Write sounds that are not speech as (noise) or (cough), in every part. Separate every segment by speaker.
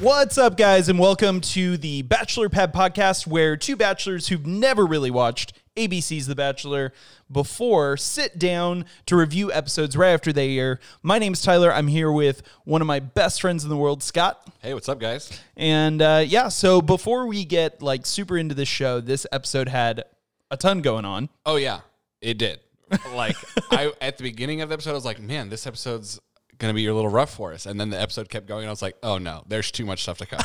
Speaker 1: What's up, guys, and welcome to the Bachelor Pad podcast, where two bachelors who've never really watched ABC's The Bachelor before sit down to review episodes right after they air. My name's Tyler. I'm here with one of my best friends in the world, Scott.
Speaker 2: Hey, what's up, guys?
Speaker 1: And uh, yeah, so before we get like super into this show, this episode had a ton going on.
Speaker 2: Oh yeah, it did. Like I at the beginning of the episode, I was like, man, this episode's gonna be a little rough for us. And then the episode kept going, and I was like, oh no, there's too much stuff to cover.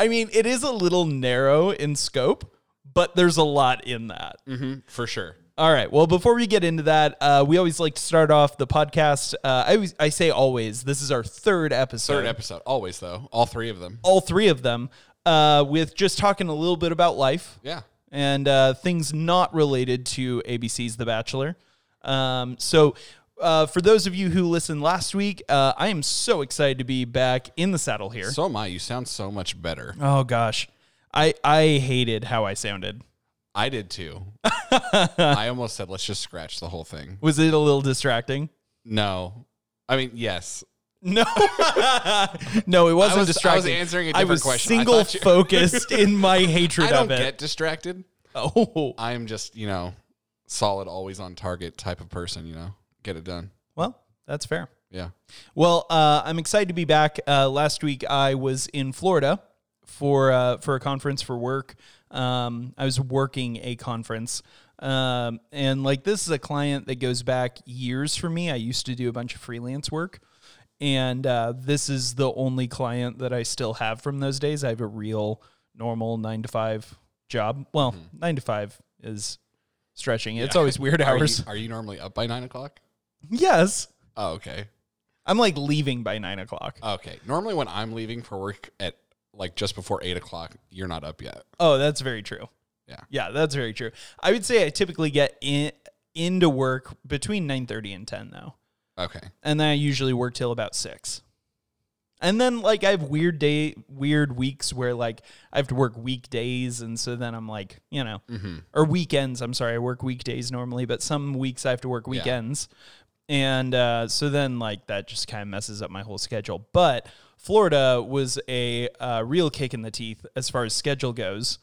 Speaker 1: I mean, it is a little narrow in scope, but there's a lot in that.
Speaker 2: for sure.
Speaker 1: All right. Well, before we get into that, uh, we always like to start off the podcast. Uh, I always, I say always. This is our third episode.
Speaker 2: Third episode, always though, all three of them.
Speaker 1: All three of them uh, with just talking a little bit about life
Speaker 2: Yeah,
Speaker 1: and uh, things not related to ABC's The Bachelor. Um, so, uh, for those of you who listened last week, uh, I am so excited to be back in the saddle here.
Speaker 2: so am I. You sound so much better.
Speaker 1: oh gosh, I I hated how I sounded.
Speaker 2: I did too. I almost said, let's just scratch the whole thing.
Speaker 1: Was it a little distracting?
Speaker 2: No, I mean yes.
Speaker 1: No, (laughs) no, it wasn't
Speaker 2: I was-
Speaker 1: distracting.
Speaker 2: I was answering a
Speaker 1: I
Speaker 2: different
Speaker 1: was
Speaker 2: question. I
Speaker 1: single
Speaker 2: thought you-
Speaker 1: focused in
Speaker 2: (laughs)
Speaker 1: my
Speaker 2: I
Speaker 1: hatred
Speaker 2: don't
Speaker 1: of it.
Speaker 2: get distracted.
Speaker 1: oh,
Speaker 2: I am just you know solid, always on target type of person. You know, get it done.
Speaker 1: well, that's fair.
Speaker 2: Yeah.
Speaker 1: Well, uh, I'm excited to be back. Uh, last week I was in Florida for uh, for a conference for work. Um, I was working a conference, um, and like this is a client that goes back years for me. I used to do a bunch of freelance work, and uh, this is the only client that I still have from those days. I have a real normal nine to five job. Well, nine to five is stretching. It's always weird
Speaker 2: Hmm. (laughs) Are you,
Speaker 1: hours.
Speaker 2: are you normally up by nine o'clock?
Speaker 1: yes.
Speaker 2: Oh, okay.
Speaker 1: I'm like leaving by nine o'clock.
Speaker 2: Okay. Normally, when I'm leaving for work at like just before eight o'clock, you're not up yet.
Speaker 1: Oh, that's very true.
Speaker 2: Yeah.
Speaker 1: Yeah, that's very true. I would say I typically get in into work between 9:30 and 10 though.
Speaker 2: Okay.
Speaker 1: And then I usually work till about 6. And then like I have weird day weird weeks where like I have to work weekdays and so then I'm like, you know, or weekends, I'm sorry, I work weekdays normally, but some weeks I have to work weekends. And uh, so then like that just kind of messes up my whole schedule. But Florida was a uh, real kick in the teeth as far as schedule goes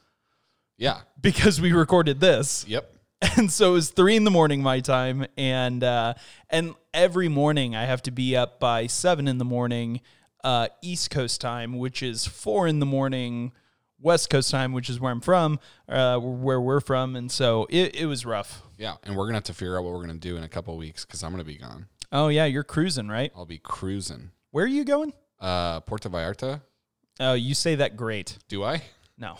Speaker 2: Yeah.
Speaker 1: because we recorded this. (laughs)
Speaker 2: Yep.
Speaker 1: And so it was three in the morning my time, and uh, and every morning I have to be up by seven in the morning, uh, East Coast time, which is four in the morning, West Coast time, which is where I'm from, uh, where we're from, and so it, it was rough.
Speaker 2: Yeah. And we're gonna have to figure out what we're gonna do in a couple weeks because I'm gonna be gone.
Speaker 1: Oh yeah, you're cruising, right?
Speaker 2: I'll be cruising.
Speaker 1: Where are you going?
Speaker 2: Uh, Puerto Vallarta.
Speaker 1: Oh, you say that great.
Speaker 2: Do I? (laughs)
Speaker 1: No,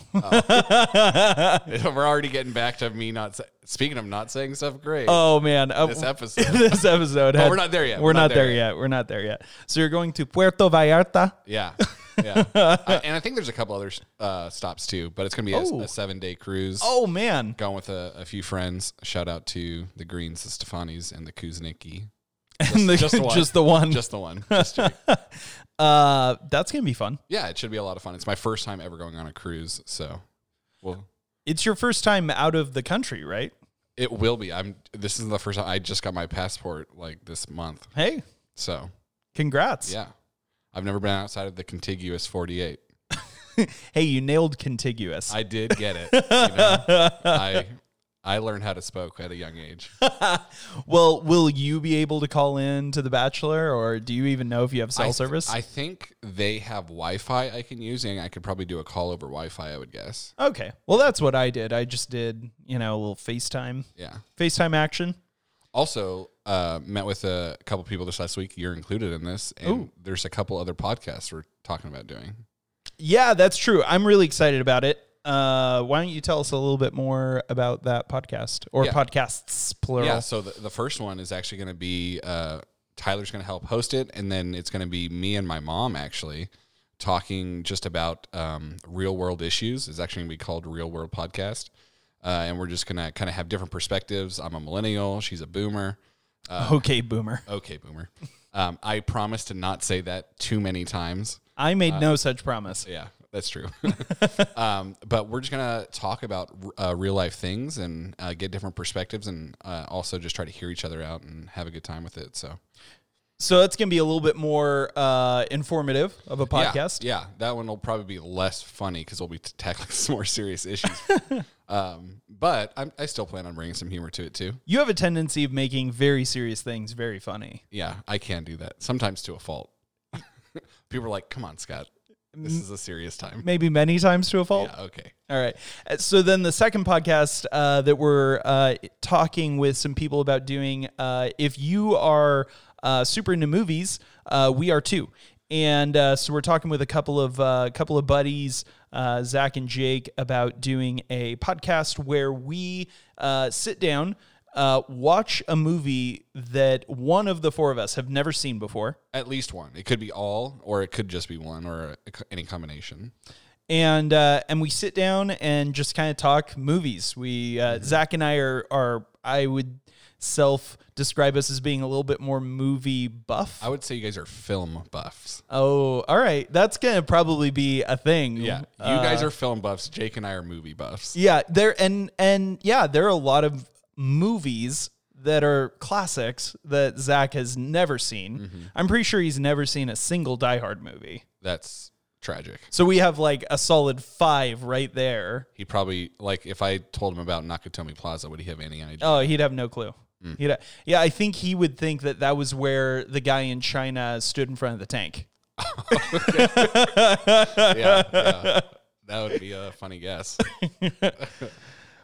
Speaker 2: we're already getting back to me not sa- speaking of not saying stuff. Great.
Speaker 1: (laughs) oh man, Uh,
Speaker 2: this episode.
Speaker 1: (laughs) this episode. had-
Speaker 2: we're not there yet.
Speaker 1: We're, not, there, yet. We're not there yet. So you're going to Puerto Vallarta.
Speaker 2: yeah.
Speaker 1: (laughs)
Speaker 2: Yeah. I, and I think there's a couple other uh, stops too, but it's gonna be a,
Speaker 1: Oh.
Speaker 2: a seven day cruise.
Speaker 1: Oh man,
Speaker 2: Gone with a, a few friends. Shout out to the Greens, the Stefanis, and the Kuznicki.
Speaker 1: And (laughs) the-
Speaker 2: just the one.
Speaker 1: just the one.
Speaker 2: Just
Speaker 1: (laughs)
Speaker 2: the one. Just Jimmy.
Speaker 1: Uh, that's gonna be fun.
Speaker 2: yeah, it should be a lot of fun. It's my first time ever going on a cruise, so well,
Speaker 1: It's your first time out of the country, right?
Speaker 2: it will be. I'm. This is the first time. I just got my passport like this month,
Speaker 1: Hey,
Speaker 2: so
Speaker 1: congrats!
Speaker 2: yeah, I've never been outside of the contiguous 48.
Speaker 1: Hey, you nailed contiguous.
Speaker 2: I did get it. you
Speaker 1: (laughs)
Speaker 2: know? I I learned how to spoke at a young age.
Speaker 1: well, will you be able to call in to the Bachelor, or do you even know if you have cell
Speaker 2: I th-
Speaker 1: service?
Speaker 2: I think they have Wi-Fi I can use, and I could probably do a call over Wi-Fi. I would guess.
Speaker 1: okay, well, that's what I did. I just did, you know, a little FaceTime,
Speaker 2: Yeah.
Speaker 1: FaceTime action.
Speaker 2: Also, uh, met with a couple people this last week. You're included in this, and there's a couple other podcasts we're talking about doing.
Speaker 1: Yeah, that's true. I'm really excited about it. Uh, why don't you tell us a little bit more about that podcast or
Speaker 2: Yeah.
Speaker 1: podcasts plural?
Speaker 2: Yeah. So the, the first one is actually going to be uh, Tyler's going to help host it, and then it's going to be me and my mom actually talking just about um, real world issues. It's actually going to be called Real World Podcast, uh, and we're just going to kind of have different perspectives. I'm a millennial. She's a boomer.
Speaker 1: Okay, boomer.
Speaker 2: Okay, boomer. Um, I promise to not say that too many times.
Speaker 1: I made no such promise.
Speaker 2: Yeah, that's true. (laughs) um, but we're just gonna talk about uh, real life things and uh, get different perspectives, and uh, also just try to hear each other out and have a good time with it. So
Speaker 1: So that's going to be a little bit more uh, informative of a
Speaker 2: Yeah,
Speaker 1: podcast.
Speaker 2: Yeah, that one will probably be less funny because we'll be t- tackling (laughs) some more serious issues. um, but I'm, I still plan on bringing some humor to it too.
Speaker 1: You have a tendency of making very serious things very funny.
Speaker 2: Yeah, I can do that sometimes to a fault. (laughs) People are like, "Come on, Scott, this is a serious time."
Speaker 1: Maybe many times to a fault.
Speaker 2: Yeah, okay.
Speaker 1: All right. Uh, So then the second podcast uh, that we're uh, talking with some people about doing, uh, if you are uh, super into movies, uh, we are too. And uh, so we're talking with a couple of uh, couple of buddies, uh, Zach and Jake, about doing a podcast where we uh, sit down, uh, watch a movie that one of the four of us have never seen before.
Speaker 2: At least one. It could be all, or it could just be one, or a, any combination.
Speaker 1: and uh, and we sit down and just kind of talk movies. We
Speaker 2: Mm-hmm.
Speaker 1: uh, Zach and I are are I would self describe us as being a little bit more movie buff.
Speaker 2: I would say you guys are film buffs.
Speaker 1: oh, all right, that's gonna probably be a thing. Uh,
Speaker 2: Yeah, Uh, you guys are film buffs. Jake and I are movie buffs.
Speaker 1: yeah. There and and yeah, there are a lot of movies that are classics that Zach has never seen.
Speaker 2: Mm-hmm.
Speaker 1: I'm pretty sure he's never seen a single Die Hard movie.
Speaker 2: That's tragic.
Speaker 1: So we have like a solid five right there.
Speaker 2: He probably like if I told him about Nakatomi Plaza, would he have any idea?
Speaker 1: Oh, he'd have no clue. He'd ha- yeah, I think he would think that that was where the guy in China stood in front of the tank.
Speaker 2: yeah, (laughs) yeah. That would be a funny (laughs) guess.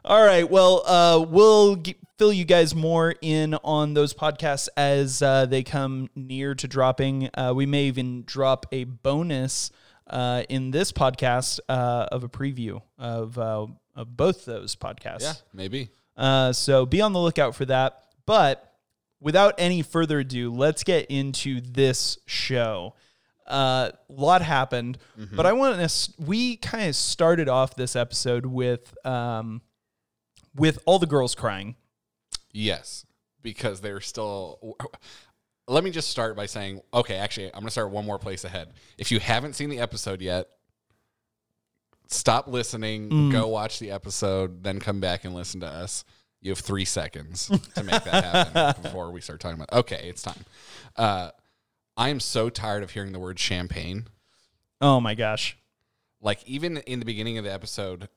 Speaker 1: All right, well, uh, we'll g- fill you guys more in on those podcasts as uh, they come near to dropping. Uh, we may even drop a bonus uh, in this podcast uh, of a preview of, uh, of both those podcasts.
Speaker 2: Yeah, maybe.
Speaker 1: Uh, so be on the lookout for that. But without any further ado, let's get into this show. Uh, a lot happened,
Speaker 2: Mm-hmm.
Speaker 1: but I want to. We kind of started off this episode with um, with all the girls crying.
Speaker 2: Yes, because they're still. Let me just start by saying, okay, actually, I'm going to start one more place ahead. If you haven't seen the episode yet, stop listening, go watch the episode, then come back and listen to us. You have three seconds to make that happen before we start talking about. Okay, it's time. Uh, I am so tired of hearing the word champagne.
Speaker 1: Oh my gosh!
Speaker 2: like even in the beginning of the episode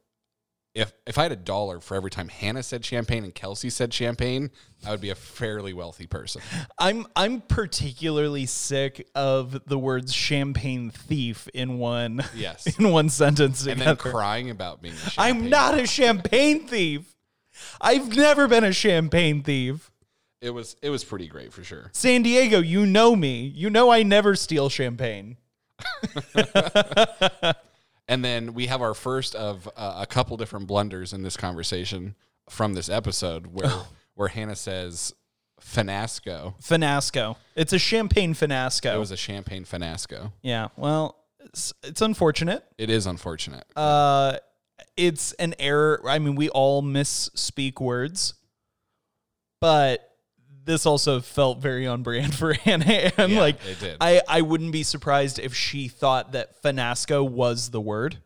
Speaker 2: if if i had a dollar for every time hannah said champagne and kelsey said champagne i would be a fairly wealthy person
Speaker 1: I'm I'm particularly sick of the words champagne thief in one
Speaker 2: yes
Speaker 1: (laughs) in one sentence.
Speaker 2: and
Speaker 1: Together.
Speaker 2: then crying about being a
Speaker 1: I'm
Speaker 2: champagne.
Speaker 1: not a champagne thief. I've never been a champagne thief.
Speaker 2: it was it was pretty great for sure
Speaker 1: San Diego, you know me. You know I never steal champagne.
Speaker 2: and then we have our first of uh, a couple different blunders in this conversation from this episode where
Speaker 1: Oh.
Speaker 2: where hannah says finasco
Speaker 1: Finasco. It's a champagne
Speaker 2: it
Speaker 1: finasco.
Speaker 2: was a champagne finasco
Speaker 1: yeah. Well, it's, it's unfortunate.
Speaker 2: it is unfortunate
Speaker 1: Uh, it's an error. I mean, we all misspeak words, but this also felt very on brand for (laughs) Hannah. And
Speaker 2: Yeah,
Speaker 1: like,
Speaker 2: it did.
Speaker 1: I I wouldn't be surprised if she thought that finasco was the word.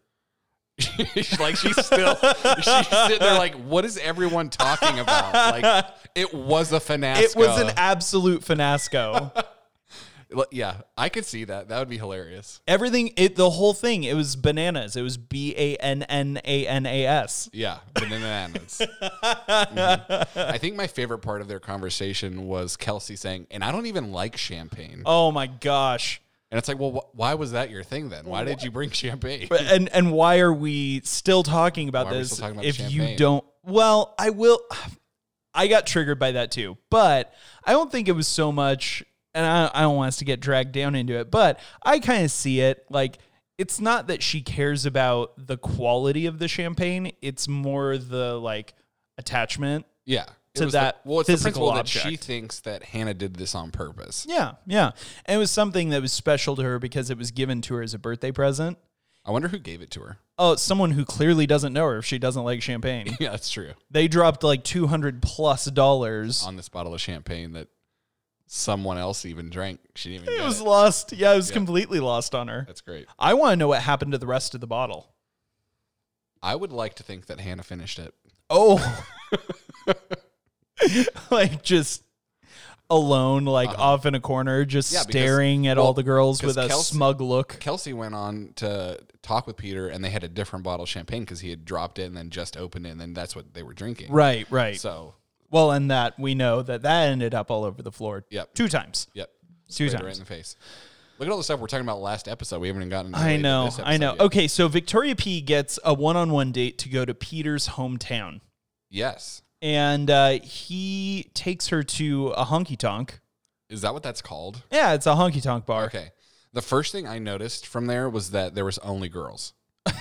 Speaker 2: She's (laughs) like she's still she's sitting there like what is everyone talking about like it was a finasco
Speaker 1: It was an absolute finasco.
Speaker 2: L- yeah i could see that that would be hilarious
Speaker 1: Everything, it the whole thing, it was bananas. It was B A N N A N A S.
Speaker 2: yeah bananas Mm-hmm. i think my favorite part of their conversation was kelsey saying and i don't even like champagne
Speaker 1: Oh my gosh!
Speaker 2: and it's like well wh- why was that your thing then why did you bring champagne
Speaker 1: But and and why are we still talking about
Speaker 2: Why are we
Speaker 1: this?
Speaker 2: still talking about
Speaker 1: if you
Speaker 2: champagne?
Speaker 1: don't, well, I will. I got triggered by that too, but I don't think it was so much. And I, I don't want us to get dragged down into it, but I kind of see it like it's not that she cares about the quality of the champagne; it's more the like attachment.
Speaker 2: yeah it
Speaker 1: To
Speaker 2: the-
Speaker 1: that
Speaker 2: well it's the
Speaker 1: physical
Speaker 2: principle that she
Speaker 1: object.
Speaker 2: thinks that hannah did this on purpose
Speaker 1: Yeah, yeah. And it was something that was special to her because it was given to her as a birthday present.
Speaker 2: i wonder who gave it to her (laughs)
Speaker 1: Oh, someone who clearly doesn't know her if she doesn't like
Speaker 2: (laughs)
Speaker 1: champagne.
Speaker 2: yeah that's true
Speaker 1: they dropped like 200 plus dollars.
Speaker 2: on this bottle of champagne that someone else even drank. She didn't even.
Speaker 1: (laughs) It
Speaker 2: get
Speaker 1: was
Speaker 2: it.
Speaker 1: lost. Yeah, it was completely lost on her.
Speaker 2: That's great.
Speaker 1: I want to know what happened to the rest of the bottle.
Speaker 2: I would like to think that Hannah
Speaker 1: (laughs)
Speaker 2: Oh. finished it.
Speaker 1: Oh. like just alone, like off in a corner, just
Speaker 2: Uh-huh. Yeah, because-
Speaker 1: staring at all
Speaker 2: well,
Speaker 1: the girls with a
Speaker 2: because Kelsey-
Speaker 1: smug
Speaker 2: (laughs)
Speaker 1: look.
Speaker 2: Kelsey went on to talk with Peter, and they had a different bottle of champagne because he had dropped it and then just opened it, and then that's what they were drinking.
Speaker 1: Right, right.
Speaker 2: So,
Speaker 1: well, and that we know that that ended up all over the floor.
Speaker 2: Yep.
Speaker 1: two times.
Speaker 2: yep.
Speaker 1: Two
Speaker 2: Sprayed it
Speaker 1: times.
Speaker 2: Right in the face. Look at all the stuff we're talking about last episode. We haven't even gotten.
Speaker 1: I know, I know. Okay, so Victoria P gets a one-on-one date to go to Peter's hometown,
Speaker 2: Yes.
Speaker 1: and uh, he takes her to a honky tonk.
Speaker 2: Is that what that's called?
Speaker 1: Yeah, it's a honky tonk bar.
Speaker 2: Okay. The first thing I noticed from there was that there was only girls.
Speaker 1: (laughs) That's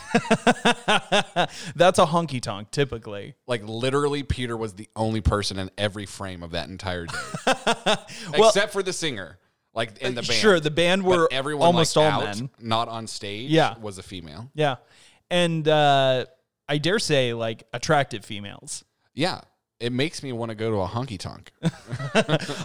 Speaker 1: a honky tonk typically.
Speaker 2: Like literally, Peter was the only person in every frame of that entire day,
Speaker 1: (laughs) Well- uh,
Speaker 2: except for the singer, like in the band.
Speaker 1: Sure, the band
Speaker 2: But
Speaker 1: were
Speaker 2: everyone
Speaker 1: almost
Speaker 2: like,
Speaker 1: all
Speaker 2: out,
Speaker 1: men.
Speaker 2: not on stage.
Speaker 1: Yeah.
Speaker 2: was a female.
Speaker 1: Yeah. And uh, I dare say, like, attractive females.
Speaker 2: Yeah, it makes me want to go to a honky tonk.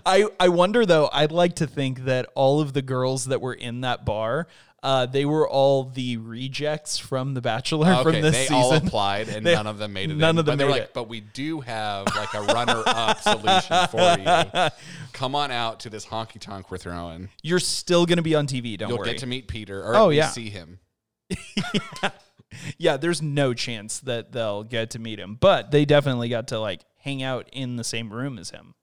Speaker 1: I, I wonder, though, I'd like to think that all of the girls that were in that bar, uh, they were all the rejects from The Bachelor
Speaker 2: Ah,
Speaker 1: (laughs)
Speaker 2: Okay,
Speaker 1: from this
Speaker 2: they
Speaker 1: season. (laughs)
Speaker 2: all applied and
Speaker 1: They-
Speaker 2: none of them made it.
Speaker 1: none
Speaker 2: in.
Speaker 1: of them
Speaker 2: But they were
Speaker 1: made
Speaker 2: like,
Speaker 1: it.
Speaker 2: but we do have like a runner-up solution for
Speaker 1: (laughs)
Speaker 2: you. Come on out to this honky tonk we're throwing.
Speaker 1: You're still going to be on TV, don't
Speaker 2: You'll
Speaker 1: worry.
Speaker 2: get to meet Peter, or
Speaker 1: Oh,
Speaker 2: at least
Speaker 1: yeah.
Speaker 2: see him.
Speaker 1: yeah, there's no chance that they'll get to meet him, but they definitely got to, like, hang out in the same room as him.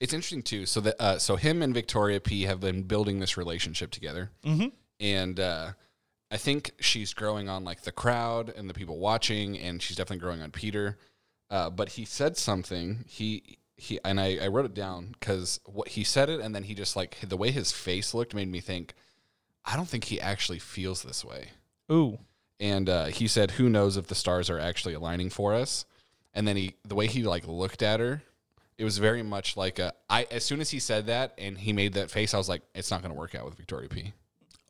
Speaker 2: It's interesting too. So that uh, so him and Victoria P have been building this relationship together, mm-hmm. and uh, I think she's growing on like the crowd and the people watching, and she's definitely growing on Peter. Uh, but he said something. He he and I, I wrote it down because what he said it, and then he just like the way his face looked made me think. I don't think he actually feels this way.
Speaker 1: Ooh.
Speaker 2: And uh, he said, "Who knows if the stars are actually aligning for us?" And then he, the way he like looked at her, it was very much like a. I as soon as he said that and he made that face, I was like, "It's not going to work out with Victoria P."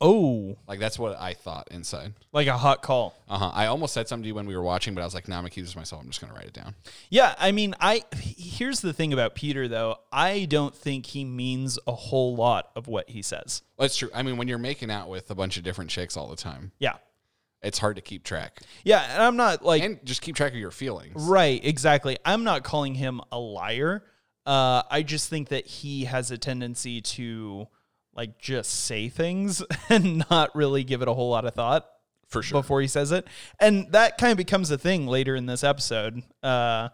Speaker 1: Oh,
Speaker 2: Like that's what I thought inside.
Speaker 1: like a hot call.
Speaker 2: Uh huh. I almost said something to you when we were watching, but I was like, "No, I'm gonna keep this to myself. I'm just gonna write it down."
Speaker 1: Yeah, I mean, I here's the thing about Peter though. I don't think he means a whole lot of what he says.
Speaker 2: Well, that's true. I mean, when you're making out with a bunch of different chicks all the time,
Speaker 1: Yeah.
Speaker 2: it's hard to keep track
Speaker 1: Yeah, and I'm not like
Speaker 2: and just keep track of your feelings.
Speaker 1: right, exactly. I'm not calling him a liar. Uh I just think that he has a tendency to like just say things (laughs) and not really give it a whole lot of thought
Speaker 2: For sure.
Speaker 1: before he says it. And that kind of becomes a thing later in this episode. Uh,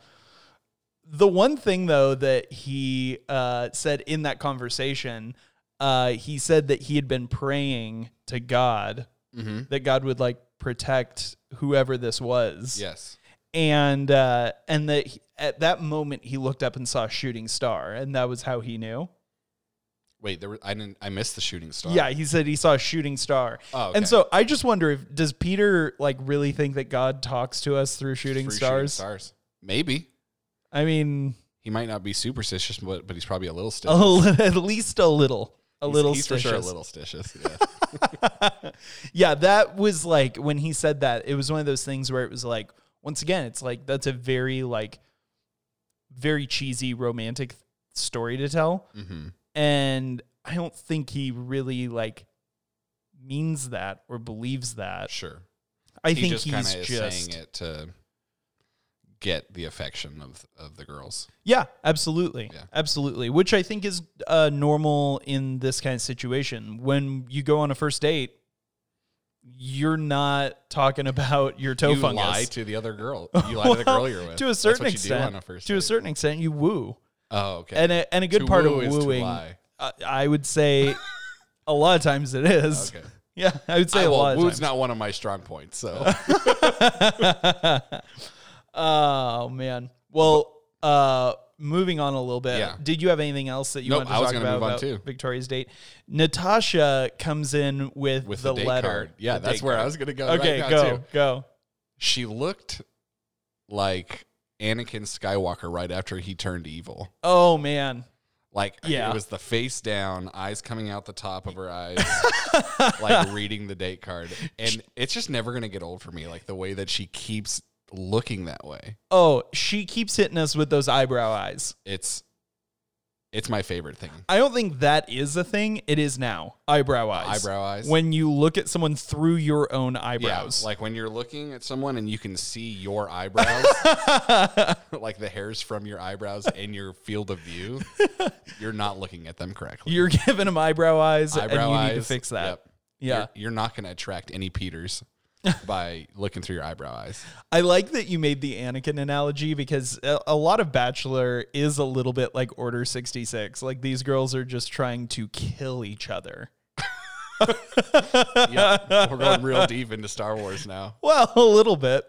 Speaker 1: the one thing, though, that he uh, said in that conversation, uh, he said that he had been praying to God
Speaker 2: Mm-hmm.
Speaker 1: that God would like protect whoever this was,
Speaker 2: Yes.
Speaker 1: and uh, and that he- at that moment he looked up and saw a shooting star, and that was how he knew.
Speaker 2: Wait, there. Were, I didn't. I missed the shooting star.
Speaker 1: Yeah, he said he saw a shooting star.
Speaker 2: Oh, okay.
Speaker 1: And so I just wonder if does Peter like really think that God talks to us through shooting
Speaker 2: Through
Speaker 1: stars?
Speaker 2: stars. Maybe.
Speaker 1: I mean,
Speaker 2: He might not be superstitious, but but he's probably a little stitious.
Speaker 1: a li- (laughs) at least a little, a
Speaker 2: He's-
Speaker 1: little
Speaker 2: he's for sure a
Speaker 1: stitious.
Speaker 2: little stitious. Yeah.
Speaker 1: (laughs) yeah, that was like when he said that. It was one of those things where it was like, once again, it's like that's a very like, very cheesy romantic story to tell,
Speaker 2: hmm
Speaker 1: and I don't think he really like means that or believes that.
Speaker 2: Sure.
Speaker 1: I
Speaker 2: he
Speaker 1: think
Speaker 2: just kind
Speaker 1: he's
Speaker 2: of is
Speaker 1: just
Speaker 2: saying it to get the affection of of the girls.
Speaker 1: Yeah, absolutely.
Speaker 2: Yeah.
Speaker 1: Absolutely. Which I think is uh, normal in this kind of situation. When you go on a first date, you're not talking about your toe
Speaker 2: you
Speaker 1: fungus.
Speaker 2: lie to the
Speaker 1: (laughs)
Speaker 2: other girl. You lie to
Speaker 1: Well,
Speaker 2: the girl you're with.
Speaker 1: to a
Speaker 2: That's
Speaker 1: certain
Speaker 2: what
Speaker 1: extent.
Speaker 2: You do on a first
Speaker 1: to a
Speaker 2: date.
Speaker 1: certain extent, you woo.
Speaker 2: Oh, okay.
Speaker 1: And a, and a good
Speaker 2: To
Speaker 1: part of
Speaker 2: woo is to
Speaker 1: wooing, (laughs)
Speaker 2: lie.
Speaker 1: uh, I would
Speaker 2: (laughs)
Speaker 1: say a lot of times it is.
Speaker 2: Okay.
Speaker 1: Yeah, I would say
Speaker 2: I-
Speaker 1: a
Speaker 2: well,
Speaker 1: lot of
Speaker 2: woo's
Speaker 1: times.
Speaker 2: not one of my strong
Speaker 1: (laughs)
Speaker 2: points. So
Speaker 1: oh, man. Well, uh, moving on a little bit.
Speaker 2: Yeah.
Speaker 1: Did you have anything else that you
Speaker 2: Nope,
Speaker 1: wanted to
Speaker 2: I was
Speaker 1: talk
Speaker 2: gonna
Speaker 1: about,
Speaker 2: move on
Speaker 1: about
Speaker 2: too.
Speaker 1: Victoria's date? Natasha comes in with,
Speaker 2: with
Speaker 1: the,
Speaker 2: the, date
Speaker 1: letter.
Speaker 2: card. Yeah,
Speaker 1: The
Speaker 2: that's
Speaker 1: date
Speaker 2: where I
Speaker 1: card.
Speaker 2: was gonna go.
Speaker 1: Okay,
Speaker 2: right now,
Speaker 1: go,
Speaker 2: too.
Speaker 1: go.
Speaker 2: She looked like Anakin Skywalker right after he turned evil.
Speaker 1: Oh man.
Speaker 2: Like
Speaker 1: Yeah.
Speaker 2: it was the face down, eyes coming out the top of
Speaker 1: (laughs)
Speaker 2: her eyes, like reading the date card. And it's just never gonna get old for me, like the way that she keeps looking that way.
Speaker 1: Oh, she keeps hitting us with those eyebrow eyes.
Speaker 2: It's It's my favorite thing.
Speaker 1: I don't think that is a thing. It is now. Eyebrow eyes.
Speaker 2: Eyebrow eyes.
Speaker 1: When you look at someone through your own
Speaker 2: Yeah,
Speaker 1: eyebrows.
Speaker 2: like when you're looking at someone and you can see
Speaker 1: (laughs)
Speaker 2: your eyebrows, like the hairs from your eyebrows in your field
Speaker 1: (laughs)
Speaker 2: of view, you're not looking at them correctly.
Speaker 1: you're (laughs) giving them eyebrow eyes and
Speaker 2: Eyebrow
Speaker 1: you need to
Speaker 2: eyes,
Speaker 1: fix that.
Speaker 2: yep.
Speaker 1: Yeah.
Speaker 2: You're, you're not going to attract
Speaker 1: (laughs)
Speaker 2: any Peters by looking through your eyebrow eyes.
Speaker 1: I like that you made the Anakin analogy because a, a lot of Bachelor is a little bit like Order 66. Like these girls are just trying to kill each other.
Speaker 2: Yeah, (laughs) we're going real deep into Star Wars now.
Speaker 1: Well, (laughs) a little bit.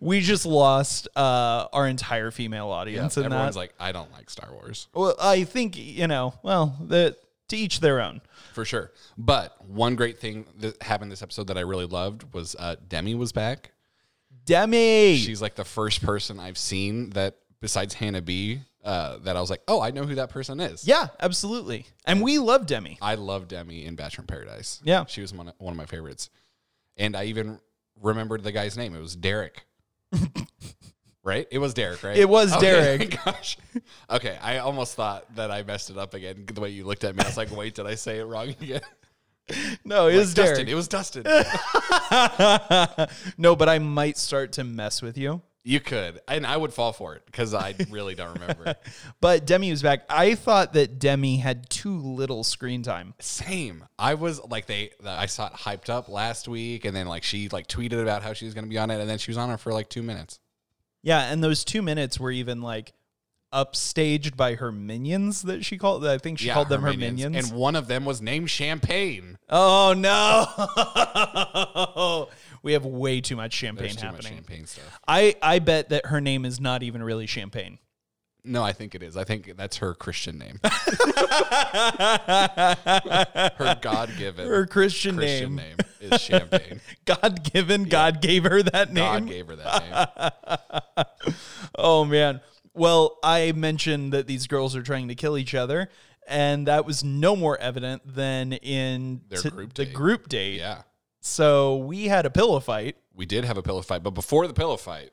Speaker 1: we just lost uh, our entire female audience in
Speaker 2: Everyone's
Speaker 1: that.
Speaker 2: like, I don't like Star Wars
Speaker 1: well, I think, you know, well, the, to each their own.
Speaker 2: for sure. But one great thing that happened this episode that I really loved was uh, Demi was back.
Speaker 1: Demi.
Speaker 2: She's like the first person I've seen that besides Hannah B. Uh, that I was like, oh, I know who that person is.
Speaker 1: yeah, absolutely. And we love Demi.
Speaker 2: I love Demi in Bachelor in Paradise.
Speaker 1: Yeah.
Speaker 2: she was one of, one of my favorites, and I even remembered the guy's name. It was
Speaker 1: (laughs)
Speaker 2: Derek. right? It was Derek. Right?
Speaker 1: It was
Speaker 2: Okay,
Speaker 1: Derek.
Speaker 2: (laughs) Gosh. Okay, I almost thought that I messed it up again. The way you looked at me, I was like, wait, did I say it wrong
Speaker 1: (laughs)
Speaker 2: again?
Speaker 1: No, it is
Speaker 2: Dustin.
Speaker 1: Derek.
Speaker 2: It was
Speaker 1: (laughs)
Speaker 2: Dustin.
Speaker 1: no, but I might start to mess with you.
Speaker 2: you could, and I would fall for it because I really don't
Speaker 1: (laughs)
Speaker 2: remember.
Speaker 1: But Demi was back. I thought that Demi had too little screen time.
Speaker 2: Same. I was like they. the- I saw it hyped up last week, and then like she like tweeted about how she was going to be on it, and then she was on it for like two minutes.
Speaker 1: Yeah, and those two minutes were even like upstaged by her minions that she called. I think she called them her minions.
Speaker 2: and one of them was named Champagne.
Speaker 1: oh no, (laughs) we have way too much champagne
Speaker 2: There's too much
Speaker 1: happening.
Speaker 2: champagne stuff.
Speaker 1: I I bet that her name is not even really champagne.
Speaker 2: No, I think it is. I think that's her Christian name,
Speaker 1: (laughs)
Speaker 2: her God given
Speaker 1: Her Christian,
Speaker 2: Christian
Speaker 1: name,
Speaker 2: name is Champagne.
Speaker 1: God given. God gave her that (laughs) name.
Speaker 2: God gave her that name.
Speaker 1: Oh man. Well, I mentioned that these girls are trying to kill each other, and that was no more evident than in
Speaker 2: Their
Speaker 1: t-
Speaker 2: group
Speaker 1: the
Speaker 2: date.
Speaker 1: group date.
Speaker 2: Yeah.
Speaker 1: So we had a pillow fight.
Speaker 2: we did have a pillow fight, but before the pillow fight,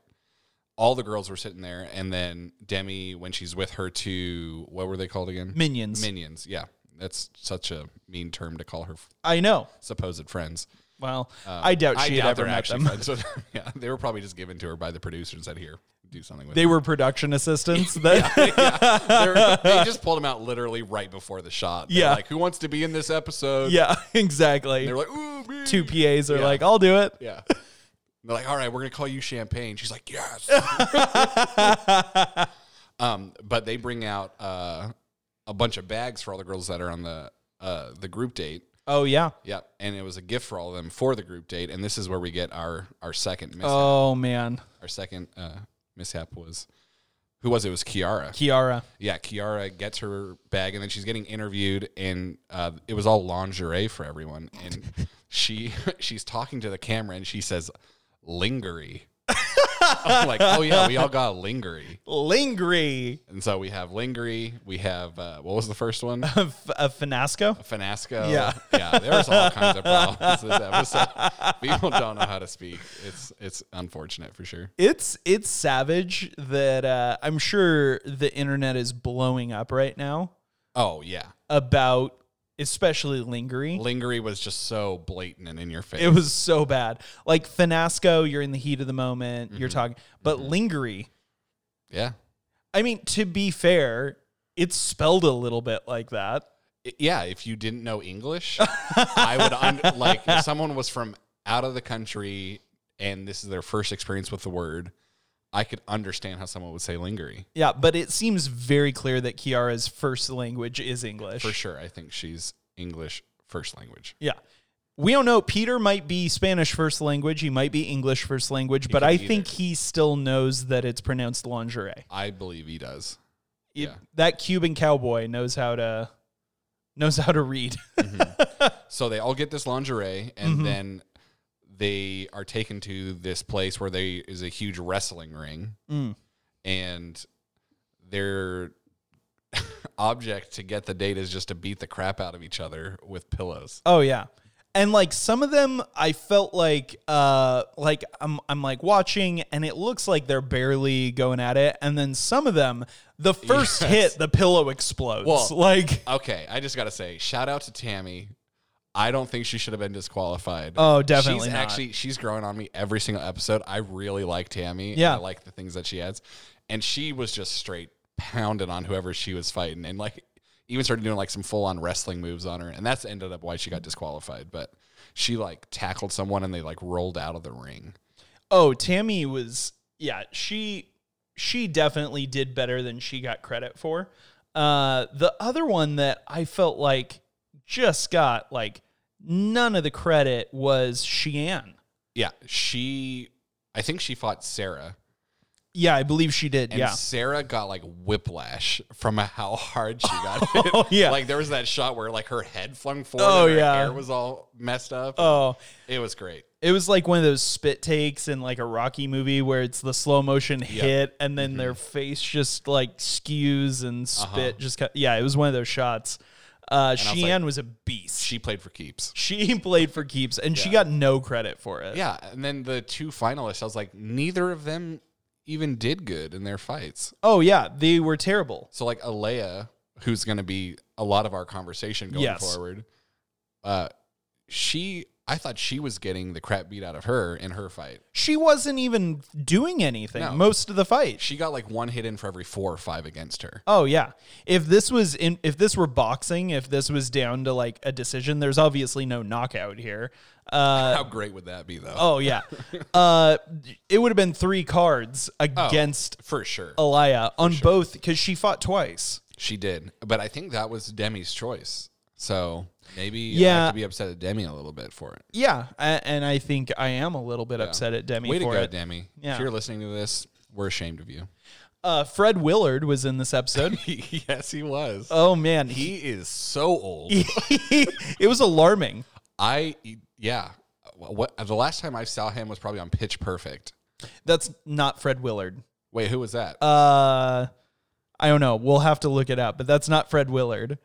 Speaker 2: all the girls were sitting there, and then Demi, when she's with her two, what were they called again?
Speaker 1: Minions.
Speaker 2: Minions. Yeah, that's such a mean term to call her f-
Speaker 1: I know.
Speaker 2: supposed friends.
Speaker 1: Well, I doubt she had
Speaker 2: Uh, doubt
Speaker 1: ever
Speaker 2: they're
Speaker 1: met
Speaker 2: actually
Speaker 1: them.
Speaker 2: friends with her. (laughs) Yeah, they were probably just given to her by the producers that here do something with.
Speaker 1: They were production
Speaker 2: (laughs)
Speaker 1: assistants. That
Speaker 2: They were- they just pulled them out literally right before the shot. They're
Speaker 1: Yeah.
Speaker 2: like who wants to be in this
Speaker 1: (laughs)
Speaker 2: episode?
Speaker 1: yeah, exactly.
Speaker 2: they're like ooh me.
Speaker 1: Two PAs are
Speaker 2: Yeah.
Speaker 1: like, "I'll do it."
Speaker 2: Yeah. (laughs) They're like, all right, we're gonna call you champagne. She's
Speaker 1: (laughs)
Speaker 2: like, yes. um, but they bring out uh, a bunch of bags for all the girls that are on the uh, the group date.
Speaker 1: Oh yeah.
Speaker 2: Yeah, and it was a gift for all of them for the group date. And this is where we get our our second mishap.
Speaker 1: Oh man,
Speaker 2: Our second uh, mishap was who was it? it? Was Kiara?
Speaker 1: Kiara.
Speaker 2: yeah, Kiara gets her bag and then she's getting interviewed, and uh, it was all lingerie for everyone. And she (laughs) she's talking to the camera and she says, "Lingerie." I'm like, oh yeah, we all got lingerie,
Speaker 1: Lingry. (laughs)
Speaker 2: and so we have lingerie. We have uh, what was the first one?
Speaker 1: Of of Finasco.
Speaker 2: Finasco.
Speaker 1: Yeah.
Speaker 2: yeah. There's all kinds of problems this episode. People don't know how to speak. It's it's unfortunate for sure.
Speaker 1: It's it's savage that uh, I'm sure the internet is blowing up right now
Speaker 2: Oh yeah,
Speaker 1: about especially lingerie.
Speaker 2: lingerie was just so blatant and in your face.
Speaker 1: It was so bad. Like Finasco, you're in the heat of the moment, you're
Speaker 2: Mm-hmm.
Speaker 1: talking, but lingerie.
Speaker 2: yeah.
Speaker 1: I mean, to be fair, it's spelled a little bit like that.
Speaker 2: I- yeah, if you didn't
Speaker 1: (laughs)
Speaker 2: know English, I would un- like if someone was from out of the country and this is their first experience with the word, I could understand how someone would say lingerie.
Speaker 1: Yeah, but it seems very clear that Kiara's first language is English.
Speaker 2: For sure, I think she's English first language.
Speaker 1: Yeah. We don't know. Peter might be Spanish first language. He might be English first language, but
Speaker 2: could
Speaker 1: I
Speaker 2: be either.
Speaker 1: think he still knows that it's pronounced lingerie.
Speaker 2: I believe he does.
Speaker 1: It-
Speaker 2: Yeah.
Speaker 1: That Cuban cowboy knows how to knows how to read. (laughs)
Speaker 2: So they all get this lingerie and then they are taken to this place where there is a huge wrestling ring and their (laughs) object to get the date is just to beat the crap out of each other with pillows.
Speaker 1: oh yeah. and like some of them i felt like uh like i'm i'm like watching and it looks like they're barely going at it and then some of them the first
Speaker 2: Yes.
Speaker 1: hit the pillow explodes
Speaker 2: Well,
Speaker 1: (laughs) like
Speaker 2: Okay, I just gotta say, shout out to Tammy. I don't think she should have been disqualified.
Speaker 1: Oh, definitely
Speaker 2: She's
Speaker 1: not.
Speaker 2: actually she's growing on me every single episode. I really like Tammy. and
Speaker 1: Yeah.
Speaker 2: I like the things that she adds, and she was just straight pounded on whoever she was fighting, and like even started doing like some full on wrestling moves on her, and that's ended up why she got disqualified. But she like tackled someone, and they like rolled out of the ring.
Speaker 1: oh tammy was yeah she she definitely did better than she got credit for uh the other one that i felt like just got like none of the credit was shean
Speaker 2: Yeah, she. I think she fought Sarah.
Speaker 1: yeah i believe she did
Speaker 2: And
Speaker 1: yeah
Speaker 2: Sarah got like whiplash from how hard
Speaker 1: (laughs)
Speaker 2: she got hit.
Speaker 1: Oh, yeah.
Speaker 2: Like there was that shot where like her head flung forward
Speaker 1: Oh,
Speaker 2: and her
Speaker 1: yeah.
Speaker 2: hair was all messed up.
Speaker 1: oh
Speaker 2: It was great.
Speaker 1: it was like one of those spit takes in like a Rocky movie where it's the slow motion hit and
Speaker 2: Mm-hmm.
Speaker 1: then their face just like skews and
Speaker 2: Uh-huh.
Speaker 1: spit just cut. Yeah, it was one of those shots. Uh,
Speaker 2: like-
Speaker 1: Sheehan was a beast. She,
Speaker 2: She played for keeps.
Speaker 1: (laughs) played for keeps and she got no credit for it.
Speaker 2: Yeah. And then the two finalists, I was like, neither of them even did good in their fights.
Speaker 1: Oh yeah, they were terrible.
Speaker 2: So like Alea, who's gonna be a lot of our conversation going
Speaker 1: Yes.
Speaker 2: forward, uh she I thought she was getting the crap beat out of her in her fight.
Speaker 1: She wasn't even doing anything
Speaker 2: No.
Speaker 1: most of the fight.
Speaker 2: She got like one hit in for every four or five against her.
Speaker 1: Oh yeah. If this was in if this were boxing, if this was down to like a decision, there's obviously no knockout here. Uh
Speaker 2: How great would that be though?
Speaker 1: Oh
Speaker 2: (laughs)
Speaker 1: yeah. uh, it would have been three cards against
Speaker 2: Oh. for sure.
Speaker 1: Oh. Elia on both because she fought twice.
Speaker 2: She did, but I think that was Demi's choice. So maybe I
Speaker 1: Yeah.
Speaker 2: have to be upset at Demi a little bit for it.
Speaker 1: Yeah, a- and I think I am a little bit upset at Demi
Speaker 2: Way to
Speaker 1: for
Speaker 2: go,
Speaker 1: it.
Speaker 2: Demi.
Speaker 1: Yeah.
Speaker 2: If you're listening to this, we're ashamed of
Speaker 1: (laughs)
Speaker 2: you.
Speaker 1: Uh, Fred Willard was in this
Speaker 2: (laughs)
Speaker 1: episode.
Speaker 2: yes, he was.
Speaker 1: oh man, he,
Speaker 2: he is so old.
Speaker 1: (laughs) it was alarming.
Speaker 2: I yeah. What the last time I saw him was probably on Pitch Perfect.
Speaker 1: That's not Fred Willard.
Speaker 2: Wait, who was that?
Speaker 1: Uh, I don't know. We'll have to look it up, but that's not Fred Willard.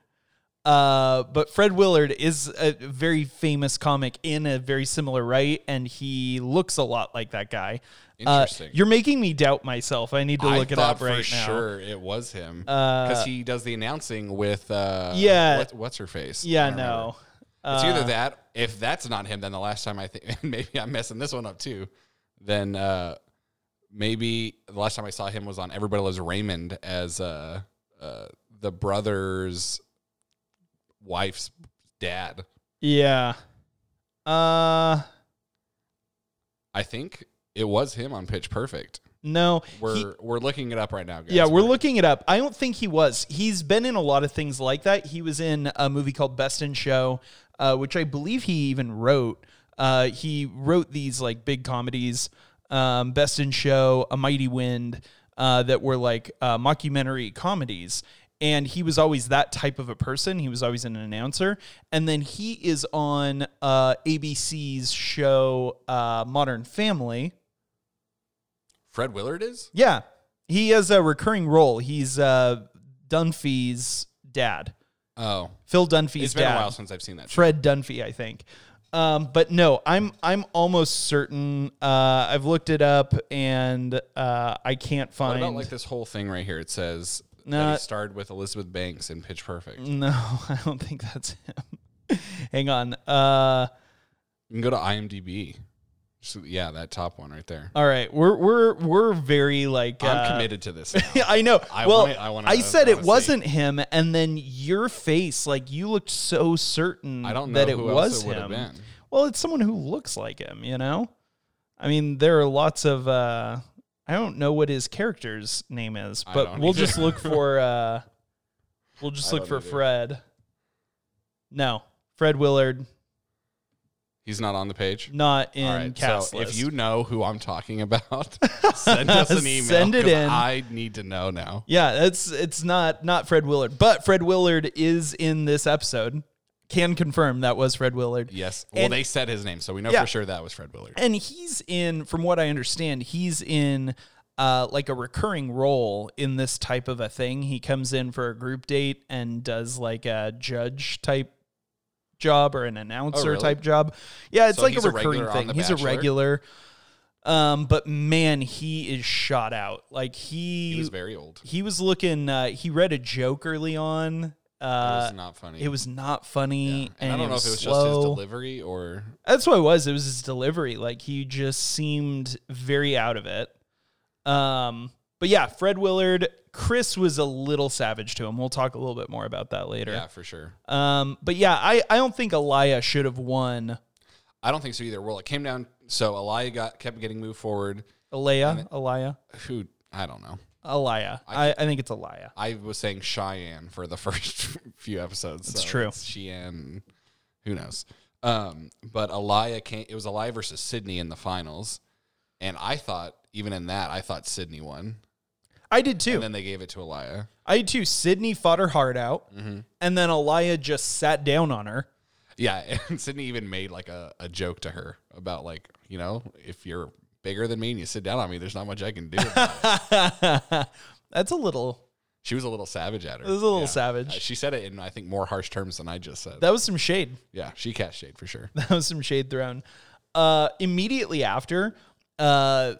Speaker 1: Uh, but Fred Willard is a very famous comic in a very similar right, and he looks a lot like that guy. Uh,
Speaker 2: Interesting.
Speaker 1: you're making me doubt myself. I need to
Speaker 2: I
Speaker 1: look it
Speaker 2: thought
Speaker 1: up right
Speaker 2: for
Speaker 1: now. Uh,
Speaker 2: sure it was him because he does the announcing with uh,
Speaker 1: Yeah.
Speaker 2: what, what's her face? I
Speaker 1: Yeah,
Speaker 2: don't remember.
Speaker 1: no. Uh,
Speaker 2: It's either that. If that's not him, then the last time I think (laughs) maybe I'm messing this one up too. Then uh, maybe the last time I saw him was on Everybody Loves Raymond as uh, uh, the brother's wife's dad.
Speaker 1: Yeah. Uh,
Speaker 2: I think it was him on Pitch Perfect.
Speaker 1: no.
Speaker 2: We're
Speaker 1: He-
Speaker 2: we're looking it up right now, guys.
Speaker 1: yeah, we're looking it up. I don't think he was. He's been in a lot of things like that. He was in a movie called Best in Show, uh, which I believe he even wrote. Uh, he wrote these like big comedies, um, Best in Show, A Mighty Wind, uh, that were like uh, mockumentary comedies. And he was always that type of a person. He was always an announcer. And then he is on uh, ABC's show uh, Modern Family.
Speaker 2: Fred Willard is.
Speaker 1: Yeah, he has a recurring role. He's uh, Dunphy's dad,
Speaker 2: Oh,
Speaker 1: Phil Dunphy's
Speaker 2: it's been
Speaker 1: dad,
Speaker 2: a while since I've seen that. show.
Speaker 1: Fred Dunphy, I think. Um, but no, I'm I'm almost certain. Uh, I've looked it up and uh, I can't
Speaker 2: What
Speaker 1: find.
Speaker 2: about like this whole thing right here? It says that
Speaker 1: No.
Speaker 2: he starred with Elizabeth Banks in Pitch
Speaker 1: (laughs)
Speaker 2: Perfect.
Speaker 1: no, I don't think that's him. (laughs) Hang on. Uh,
Speaker 2: You can go to IMDb. Just- yeah, that top one right there.
Speaker 1: all right, we're we're we're very like
Speaker 2: I'm
Speaker 1: uh,
Speaker 2: committed to this. now.
Speaker 1: (laughs) Yeah, I know.
Speaker 2: I
Speaker 1: well,
Speaker 2: wanna- I
Speaker 1: I,
Speaker 2: wanna-
Speaker 1: said
Speaker 2: I
Speaker 1: it
Speaker 2: wanna see.
Speaker 1: wasn't him, and then your face, like you looked so certain
Speaker 2: I don't know
Speaker 1: that it
Speaker 2: who
Speaker 1: was
Speaker 2: else it would
Speaker 1: him.
Speaker 2: have been.
Speaker 1: Well, it's someone who looks like him, you know? I mean, there are lots of uh I don't know what his character's name is,
Speaker 2: I
Speaker 1: but
Speaker 2: don't
Speaker 1: we'll
Speaker 2: either.
Speaker 1: just look
Speaker 2: (laughs)
Speaker 1: for uh we'll just
Speaker 2: I
Speaker 1: look for
Speaker 2: don't either.
Speaker 1: Fred. No. Fred Willard
Speaker 2: He's not on the page.
Speaker 1: not in
Speaker 2: All right.
Speaker 1: cast
Speaker 2: so
Speaker 1: list.
Speaker 2: if you know who I'm
Speaker 1: (laughs)
Speaker 2: talking about, send us an email.
Speaker 1: Send it
Speaker 2: 'cause
Speaker 1: in.
Speaker 2: I need to know now.
Speaker 1: Yeah, that's it's not not Fred Willard, but Fred Willard is in this episode. Can confirm that was Fred Willard.
Speaker 2: Yes. Well,
Speaker 1: And-
Speaker 2: they said his name, so we know
Speaker 1: Yeah.
Speaker 2: for sure that was Fred Willard.
Speaker 1: And he's in, from what I understand, he's in uh, like a recurring role in this type of a thing. He comes in for a group date and does like a judge type job or an announcer
Speaker 2: Oh, really?
Speaker 1: type job. Yeah, it's
Speaker 2: So
Speaker 1: like a
Speaker 2: he's a regular
Speaker 1: recurring
Speaker 2: on
Speaker 1: thing.
Speaker 2: The
Speaker 1: He's a
Speaker 2: Bachelor?
Speaker 1: regular. Um, but man, he is shot out. Like he
Speaker 2: He was very old.
Speaker 1: he was looking. Uh, he read a joke early on.
Speaker 2: It
Speaker 1: Uh,
Speaker 2: was not funny.
Speaker 1: it was not funny,
Speaker 2: Yeah.
Speaker 1: and,
Speaker 2: I don't know if it was just his
Speaker 1: slow.
Speaker 2: delivery or
Speaker 1: That's what it was. It was his delivery. Like he just seemed very out of it. Um, but yeah, Fred Willard, Chris was a little savage to him. We'll talk a little bit more about that later.
Speaker 2: yeah, for sure.
Speaker 1: Um, but yeah, I, I don't think Elia should have won.
Speaker 2: I don't think so either. Well, it came down. So Elia got kept getting moved forward.
Speaker 1: Elia, Elia,
Speaker 2: Who I don't know.
Speaker 1: Elia. I, I think it's Elia.
Speaker 2: I was saying Cheyenne for the (laughs) first few episodes. That's
Speaker 1: true.
Speaker 2: It's Cheyenne, who knows? Um, but Elia came. It was Elia versus Sydney in the finals, and I thought even in that I thought Sydney won,
Speaker 1: I did too.
Speaker 2: and then they gave it to Elia.
Speaker 1: I did too. Sydney fought her heart out, and then Elia just sat down on her. (laughs)
Speaker 2: Yeah, (laughs) and Sydney even made like a, a joke to her about like you know if you're bigger than me and you sit down on me, there's not much I
Speaker 1: (laughs)
Speaker 2: can do. about it."
Speaker 1: That's a little.
Speaker 2: she was a little savage at her. It
Speaker 1: was a little savage.
Speaker 2: She said it in I think more harsh terms than I just said.
Speaker 1: That was some shade.
Speaker 2: yeah, she cast shade for sure.
Speaker 1: (laughs) that was some shade thrown. Uh, immediately after, uh,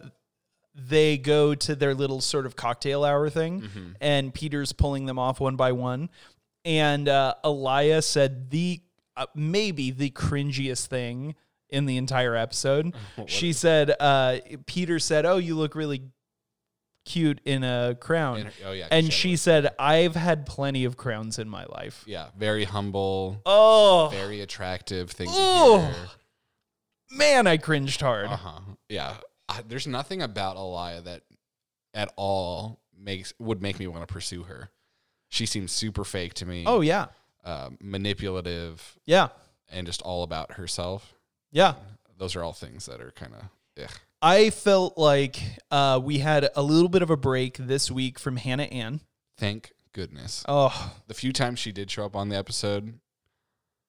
Speaker 1: they go to their little sort of cocktail hour thing,
Speaker 2: Mm-hmm.
Speaker 1: and Peter's pulling them off one by one. And uh, Elia said the uh, maybe the cringiest thing in the entire episode. (laughs)
Speaker 2: (laughs)
Speaker 1: she said, uh, Peter said, "Oh, you look really cute in a crown,"
Speaker 2: In her- oh, yeah, 'cause
Speaker 1: and
Speaker 2: she
Speaker 1: she said, "I've had plenty of crowns in my life."
Speaker 2: Yeah, very humble.
Speaker 1: Oh
Speaker 2: very attractive thing
Speaker 1: Ooh.
Speaker 2: to hear.
Speaker 1: man, I cringed hard.
Speaker 2: Uh-huh. Yeah. I, there's nothing about Elia that at all makes would make me want to pursue her. She seems super fake to me.
Speaker 1: Oh yeah,
Speaker 2: uh, manipulative
Speaker 1: yeah.
Speaker 2: and just all about herself.
Speaker 1: Yeah.
Speaker 2: Those are all things that are kind of
Speaker 1: I felt like uh, we had a little bit of a break this week from Hannah Ann.
Speaker 2: thank goodness.
Speaker 1: Oh,
Speaker 2: The few times she did show up on the episode,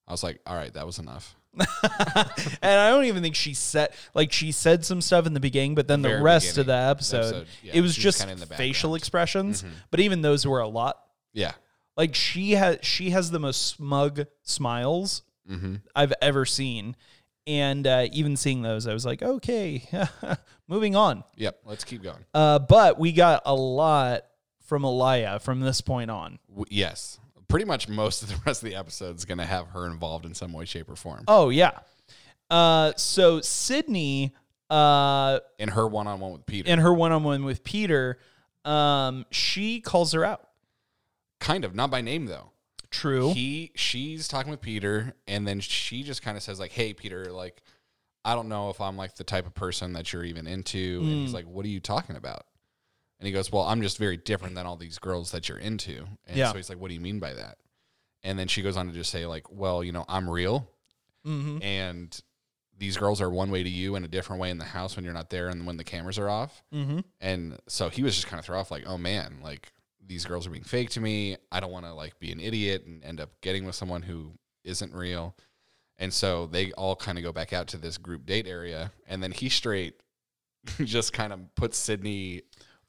Speaker 2: I was like, all right, that was enough.
Speaker 1: (laughs) and I don't even think she said like she said some stuff in the beginning, but then the
Speaker 2: Very
Speaker 1: rest of
Speaker 2: beginning.
Speaker 1: the episode,
Speaker 2: episode, yeah,
Speaker 1: it was
Speaker 2: she was
Speaker 1: just
Speaker 2: kinda in the background. Mm-hmm.
Speaker 1: facial expressions. But even those were a lot.
Speaker 2: Yeah.
Speaker 1: Like she has she has the most smug smiles
Speaker 2: Mm-hmm.
Speaker 1: I've ever seen, and uh, even seeing those, I was like, okay, (laughs) moving on.
Speaker 2: Yep. Let's keep going.
Speaker 1: Uh, but we got a lot from Elia from this point on.
Speaker 2: W- yes. Pretty much most of the (laughs) rest of the episode is going to have her involved in some way, shape, or form.
Speaker 1: Oh yeah. Uh, so Sydney, uh,
Speaker 2: in her one on one with Peter.
Speaker 1: in her one-on-one with Peter, um, she calls her out.
Speaker 2: kind of, not by name though.
Speaker 1: True.
Speaker 2: He she's talking with Peter and then she just kind of says like, "Hey Peter, like I don't know if I'm like the type of person that you're even into." And
Speaker 1: Hmm.
Speaker 2: he's like, "What are you talking about?" And he goes, "Well, I'm just very different than all these girls that you're into." And
Speaker 1: Yeah.
Speaker 2: so he's like, "What do you mean by that?" And then she goes on to just say like, "Well, you know, I'm real
Speaker 1: mm-hmm.
Speaker 2: and these girls are one way to you and a different way in the house when you're not there and when the cameras are off."
Speaker 1: Mm-hmm.
Speaker 2: And so he was just kind of thrown off, like, oh man, like these girls are being fake to me. I don't want to like be an idiot and end up getting with someone who isn't real. And so they all kind of go back out to this group date area, and then he straight (laughs) just kind of puts Sydney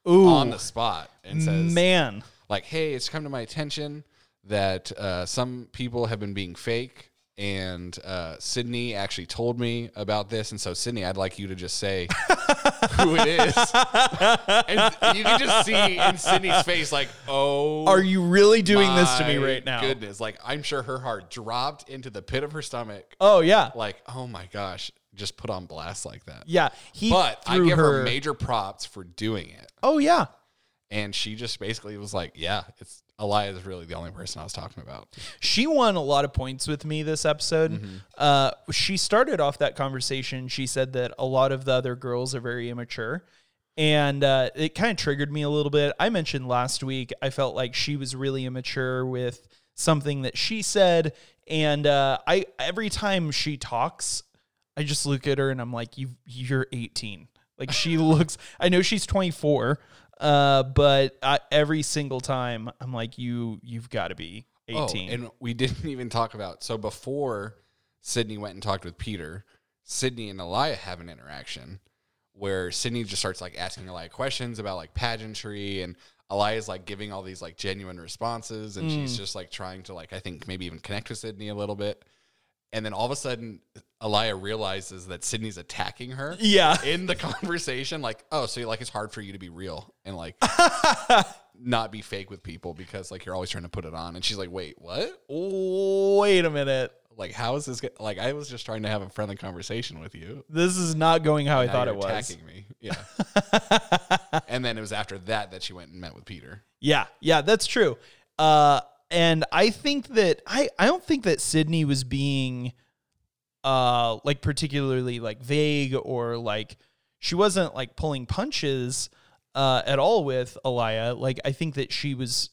Speaker 1: Ooh,
Speaker 2: on the spot and says,
Speaker 1: man.
Speaker 2: like, hey, it's come to my attention that uh, some people have been being fake. And uh, Sydney actually told me about this. And so, Sydney, I'd like you to just
Speaker 1: (laughs)
Speaker 2: say who it is. and you can just see in Sydney's face, like, oh.
Speaker 1: Are you really doing this to
Speaker 2: my
Speaker 1: me right now?
Speaker 2: Goodness. Like, I'm sure her heart dropped into the pit of her stomach.
Speaker 1: Oh yeah,
Speaker 2: Like, oh my gosh, just put on blast like that.
Speaker 1: yeah. He
Speaker 2: But I
Speaker 1: threw
Speaker 2: give
Speaker 1: her.
Speaker 2: her major props for doing it
Speaker 1: oh yeah.
Speaker 2: and she just basically was like, "Yeah, it's Elia is really the only person I was talking about."
Speaker 1: She won a lot of points with me this episode.
Speaker 2: Mm-hmm.
Speaker 1: Uh, she started off that conversation. She said that a lot of the other girls are very immature. And uh, it kind of triggered me a little bit. I mentioned last week, I felt like she was really immature with something that she said. And uh, I every time she talks, I just look at her and I'm like, you, you're 18. Like
Speaker 2: (laughs)
Speaker 1: she looks, I know she's 24, uh, but I, every single time I'm like, you, you've got to be 18.
Speaker 2: Oh, and we (laughs) didn't even talk about so before Sydney went and talked with Peter, Sydney and Elia have an interaction where Sydney just starts like asking Elia questions about like pageantry and Elia's like giving all these like genuine responses and she's just like trying to like I think maybe even connect with Sydney a little bit. And then all of a sudden, Elia realizes that Sydney's
Speaker 1: (laughs)
Speaker 2: attacking her
Speaker 1: Yeah.
Speaker 2: in the (laughs) conversation. Like, oh, so like it's hard for you to be real
Speaker 1: (laughs)
Speaker 2: and like not be fake with people because like you're always trying to put it on. And she's like, wait, what?
Speaker 1: Wait a minute.
Speaker 2: Like, how is this? go- Like, I was just trying to have a friendly conversation with you.
Speaker 1: This is not going how I
Speaker 2: Now
Speaker 1: thought
Speaker 2: you're
Speaker 1: it was.
Speaker 2: attacking me.
Speaker 1: (laughs)
Speaker 2: Yeah. and then it was after that that she went and met with Peter.
Speaker 1: Yeah, yeah, that's true. Uh, and I think that I I don't think that Sydney was being, uh, like particularly like vague or like she wasn't like pulling punches, uh, at all with Elia. Like I think that she was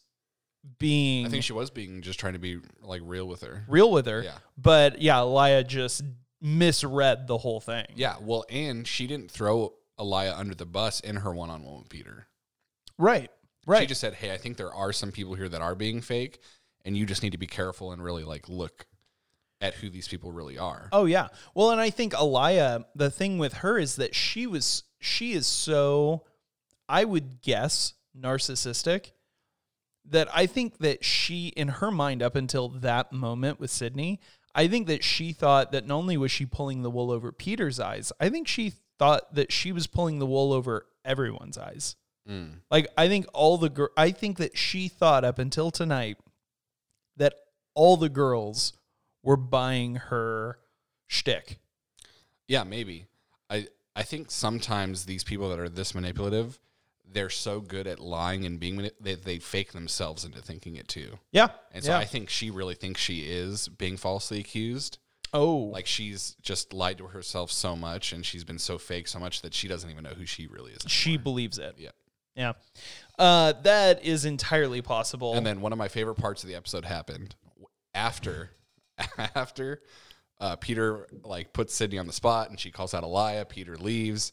Speaker 1: being
Speaker 2: I think she was being just trying to be like real with her.
Speaker 1: real with her.
Speaker 2: Yeah.
Speaker 1: But yeah, Elia just misread the whole thing.
Speaker 2: Yeah. Well, and she didn't throw Elia under the bus in her one on one with Peter.
Speaker 1: Right.
Speaker 2: She
Speaker 1: Right.
Speaker 2: just said, Hey, I think there are some people here that are being fake, and you just need to be careful and really like look at who these people really are.
Speaker 1: Oh yeah. Well, and I think Elia, the thing with her is that she was she is so I would guess narcissistic that I think that she in her mind up until that moment with Sydney, I think that she thought that not only was she pulling the wool over Peter's eyes, I think she thought that she was pulling the wool over everyone's eyes.
Speaker 2: Mm.
Speaker 1: Like I think all the girl, I think that she thought up until tonight that all the girls were buying her shtick.
Speaker 2: Yeah, maybe. I I think sometimes these people that are this manipulative, they're so good at lying and being manip- that they fake themselves into thinking it too.
Speaker 1: Yeah.
Speaker 2: And so
Speaker 1: yeah.
Speaker 2: I think she really thinks she is being falsely accused.
Speaker 1: oh, like
Speaker 2: Like she's just lied to herself so much and she's been so fake so much that she doesn't even know who she really is.
Speaker 1: she believes it.
Speaker 2: Yeah.
Speaker 1: Yeah. Uh, that is entirely possible.
Speaker 2: And then one of my favorite parts of the episode happened after (laughs) after uh, Peter like puts Sydney on the spot and she calls out Elia. Peter leaves,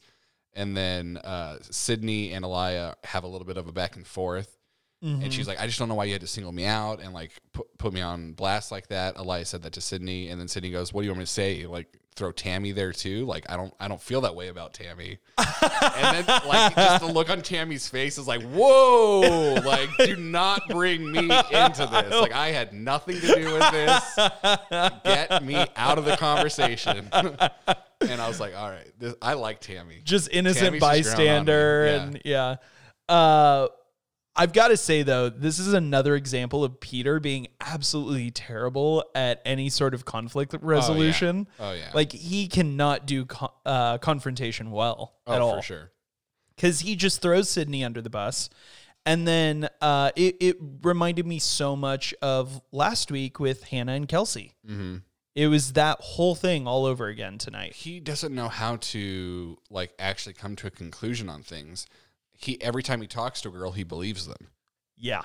Speaker 2: and then uh, Sydney and Elia have a little bit of a back and forth. And she's like, "I just don't know why you had to single me out and like put, put me on blast like that." Elia said that to Sydney, and then Sydney goes, "What do you want me to say? Like throw Tammy there too? Like I don't I don't feel that way about Tammy." and then like just the look on Tammy's face is like, "Whoa! Like do not bring me into this. Like I had nothing to do with this. Get me out of the conversation." and I was like, "All right, this, I like Tammy."
Speaker 1: just innocent
Speaker 2: Tammy's just ground
Speaker 1: bystander
Speaker 2: on
Speaker 1: and yeah. Uh I've got to say though, this is another example of Peter being absolutely terrible at any sort of conflict resolution.
Speaker 2: Oh yeah.
Speaker 1: Like he cannot do co- uh, confrontation well
Speaker 2: oh,
Speaker 1: at all
Speaker 2: for sure.
Speaker 1: because he just throws Sydney under the bus. And then uh, it, it reminded me so much of last week with Hannah and Kelsey.
Speaker 2: Mm-hmm.
Speaker 1: It was that whole thing all over again tonight.
Speaker 2: he doesn't know how to like actually come to a conclusion on things. He every time he talks to a girl, he believes them,
Speaker 1: Yeah.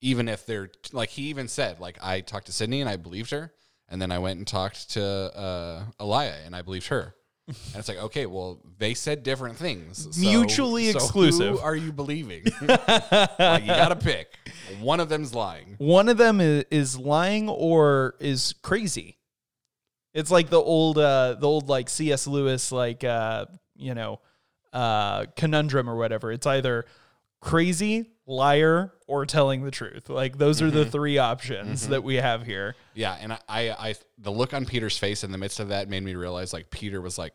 Speaker 2: even if they're like he even said like I talked to Sydney and I believed her, and then I went and talked to uh, Elia and I
Speaker 1: (laughs)
Speaker 2: believed her. And it's like, okay, well, they said different things. so-
Speaker 1: Mutually
Speaker 2: so who
Speaker 1: exclusive.
Speaker 2: are you believing? (laughs) like, you got to pick. One of them's lying.
Speaker 1: one of them is, is lying or is crazy. It's like the old uh the old like C.S. Lewis like uh you know uh conundrum or whatever. It's either crazy, liar, or telling the truth. Like those are the three options that we have here.
Speaker 2: Yeah, and I, I, I, the look on Peter's face in the midst of that made me realize, like, Peter was like,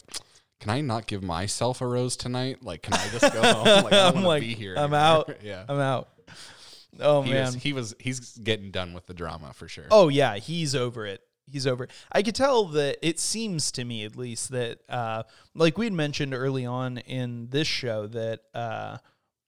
Speaker 2: "Can I not give myself a rose tonight? Like, can I just go home?
Speaker 1: (laughs)
Speaker 2: Like, I
Speaker 1: I'm
Speaker 2: don't
Speaker 1: like
Speaker 2: want to be here.
Speaker 1: I'm
Speaker 2: anymore."
Speaker 1: out.
Speaker 2: (laughs) yeah,
Speaker 1: I'm out. Oh
Speaker 2: he
Speaker 1: man.
Speaker 2: was, he was, he's getting done with the drama for sure.
Speaker 1: Oh yeah, he's over it. He's over. it. I could tell that it seems to me at least that uh like we had mentioned early on in this show that uh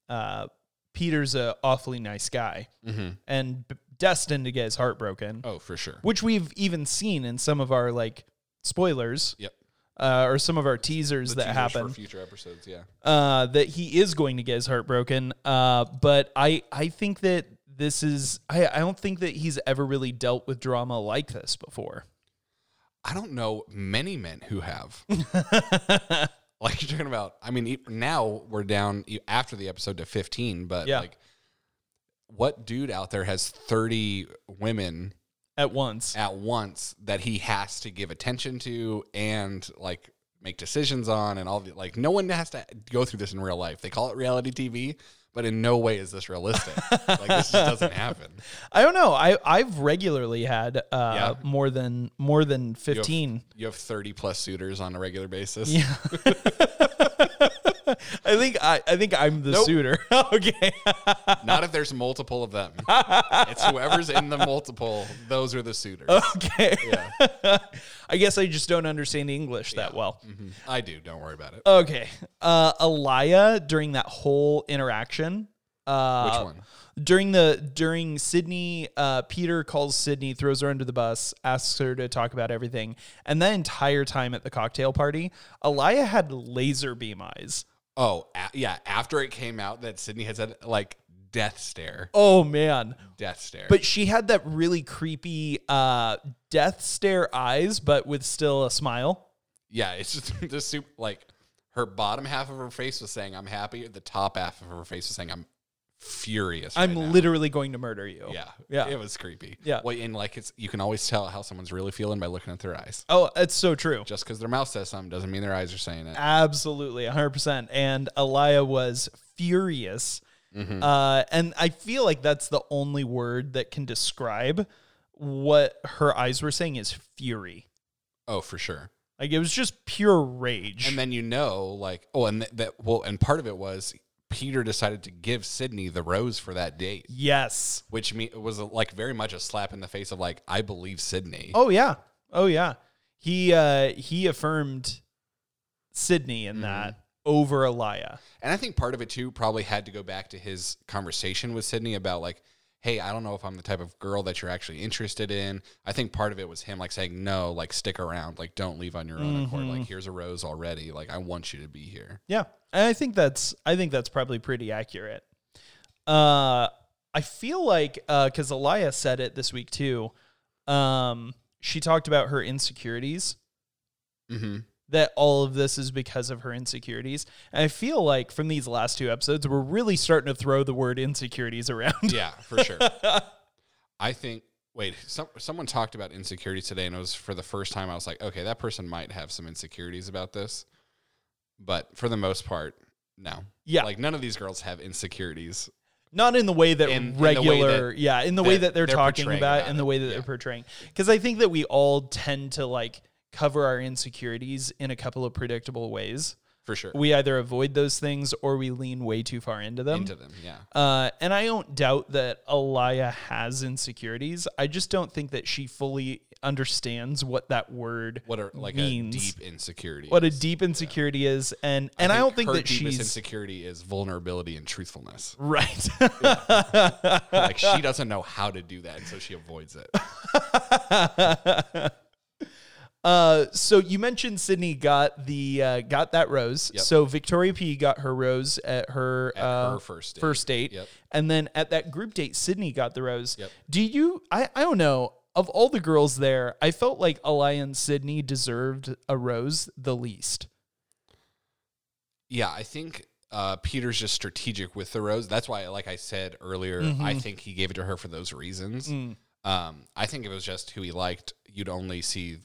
Speaker 1: uh Peter's a awfully nice guy
Speaker 2: hmm
Speaker 1: and b- destined to get his heart broken,
Speaker 2: oh for sure.
Speaker 1: which we've even seen in some of our like spoilers
Speaker 2: Yep.
Speaker 1: uh or some of our teasers
Speaker 2: The
Speaker 1: that
Speaker 2: teasers
Speaker 1: happen
Speaker 2: for future episodes? Yeah,
Speaker 1: uh, that he is going to get his heart broken. Uh, but I I think that this is I, I don't think that he's ever really dealt with drama like this before.
Speaker 2: I don't know many men
Speaker 1: (laughs)
Speaker 2: who have. like you're talking about. I mean, e- now we're down e- after the episode to 15, but
Speaker 1: Yeah.
Speaker 2: like, what dude out there has 30 women?
Speaker 1: At once,
Speaker 2: at once that he has to give attention to and like make decisions on and all the like no one has to go through this in real life. They call it reality TV, but in no way is this realistic. like
Speaker 1: (laughs)
Speaker 2: this just doesn't happen.
Speaker 1: I don't know. I I've regularly had uh,
Speaker 2: Yeah.
Speaker 1: more than more than
Speaker 2: You have-
Speaker 1: fifteen.
Speaker 2: You have thirty plus suitors on a regular basis.
Speaker 1: Yeah. I think I, I think I'm the
Speaker 2: Nope.
Speaker 1: suitor. (laughs) okay.
Speaker 2: Not if there's multiple of them. it's whoever's in the multiple. Those are the suitors.
Speaker 1: Okay. (laughs) I guess I just don't understand English that well.
Speaker 2: Mhm. I do. Don't worry about it.
Speaker 1: Okay. Uh Alaya during that whole interaction. Uh
Speaker 2: Which one?
Speaker 1: During the during Sydney, uh, Peter calls Sydney, throws her under the bus, asks her to talk about everything, and that entire time at the cocktail party, Alaya had laser beam eyes.
Speaker 2: Oh, a- yeah. After it came out that Sydney had said like death stare,
Speaker 1: Oh man,
Speaker 2: death stare.
Speaker 1: But she had that really creepy uh, death stare eyes, but with still a smile.
Speaker 2: yeah, it's just (laughs) the soup. Like her bottom half of her face was saying I'm happy. The top half of her face was saying I'm furious.
Speaker 1: I'm
Speaker 2: right now."
Speaker 1: literally going to murder you.
Speaker 2: Yeah,
Speaker 1: Yeah.
Speaker 2: It was creepy.
Speaker 1: Yeah.
Speaker 2: Well, and like it's you can always tell how someone's really feeling by looking at their eyes.
Speaker 1: Oh, that's so true.
Speaker 2: Just because their mouth says something doesn't mean their eyes are saying it.
Speaker 1: Absolutely, 100%. And Elia was furious.
Speaker 2: Mm-hmm.
Speaker 1: Uh, and I feel like that's the only word that can describe what her eyes were saying is fury.
Speaker 2: Oh, for sure.
Speaker 1: Like it was just pure rage.
Speaker 2: And then you know, like, oh, and th- that well, and part of it was Peter decided to give Sydney the rose for that date,
Speaker 1: yes.
Speaker 2: which me- was like very much a slap in the face of like I believe Sydney.
Speaker 1: Oh yeah. Oh yeah. He uh he affirmed Sydney
Speaker 2: Mm-hmm.
Speaker 1: in that over Elia.
Speaker 2: And I think part of it too probably had to go back to his conversation with Sydney about like, hey, I don't know if I'm the type of girl that you're actually interested in. I think part of it was him like saying, no, like stick around, like don't leave on your own accord. Like here's a rose already. Like I want you to be here.
Speaker 1: Yeah. And I think that's I think that's probably pretty accurate. Uh I feel like uh cuz Elia said it this week too. Um she talked about her insecurities
Speaker 2: Mm-hmm.
Speaker 1: that all of this is because of her insecurities. And I feel like from these last two episodes we're really starting to throw the word insecurities around. (laughs)
Speaker 2: Yeah, for sure. I think. Wait, some, someone talked about insecurities today, and it was for the first time I was like, okay, that person might have some insecurities about this, but for the most part, no.
Speaker 1: Yeah.
Speaker 2: like none of these girls have insecurities
Speaker 1: not in the way that
Speaker 2: In- in the way
Speaker 1: regular yeah in the way
Speaker 2: that
Speaker 1: that they're,
Speaker 2: they're
Speaker 1: talking
Speaker 2: portraying
Speaker 1: about
Speaker 2: about
Speaker 1: and
Speaker 2: it,
Speaker 1: the way that
Speaker 2: yeah.
Speaker 1: they're portraying because i think that we all tend to like cover our insecurities in a couple of predictable ways
Speaker 2: for sure.
Speaker 1: we either avoid those things or we lean way too far into them
Speaker 2: into them, yeah.
Speaker 1: uh, and i don't doubt that elia has insecurities i just don't think that she fully understands what that word
Speaker 2: what a like
Speaker 1: means.
Speaker 2: a deep insecurity.
Speaker 1: what a
Speaker 2: is.
Speaker 1: deep insecurity is and and i, don't think
Speaker 2: her
Speaker 1: that
Speaker 2: deepest
Speaker 1: she's
Speaker 2: insecurity is vulnerability and truthfulness.
Speaker 1: (laughs) right (laughs)
Speaker 2: like she doesn't know how to do that, and so she avoids it.
Speaker 1: Uh, so you mentioned Sydney got the uh, got that rose. So Victoria P got her rose at her
Speaker 2: At
Speaker 1: uh,
Speaker 2: her first date.
Speaker 1: first date,
Speaker 2: Yep.
Speaker 1: and then at that group date, Sydney got the rose.
Speaker 2: Yep.
Speaker 1: Do you? I I don't know. Of all the girls there, I felt like Aliyah and Sydney deserved a rose the least.
Speaker 2: Yeah, I think uh, Peter's just strategic with the rose. That's why, like I said earlier, I think he gave it to her for those reasons. Um, I think if it was just who he liked, you'd only see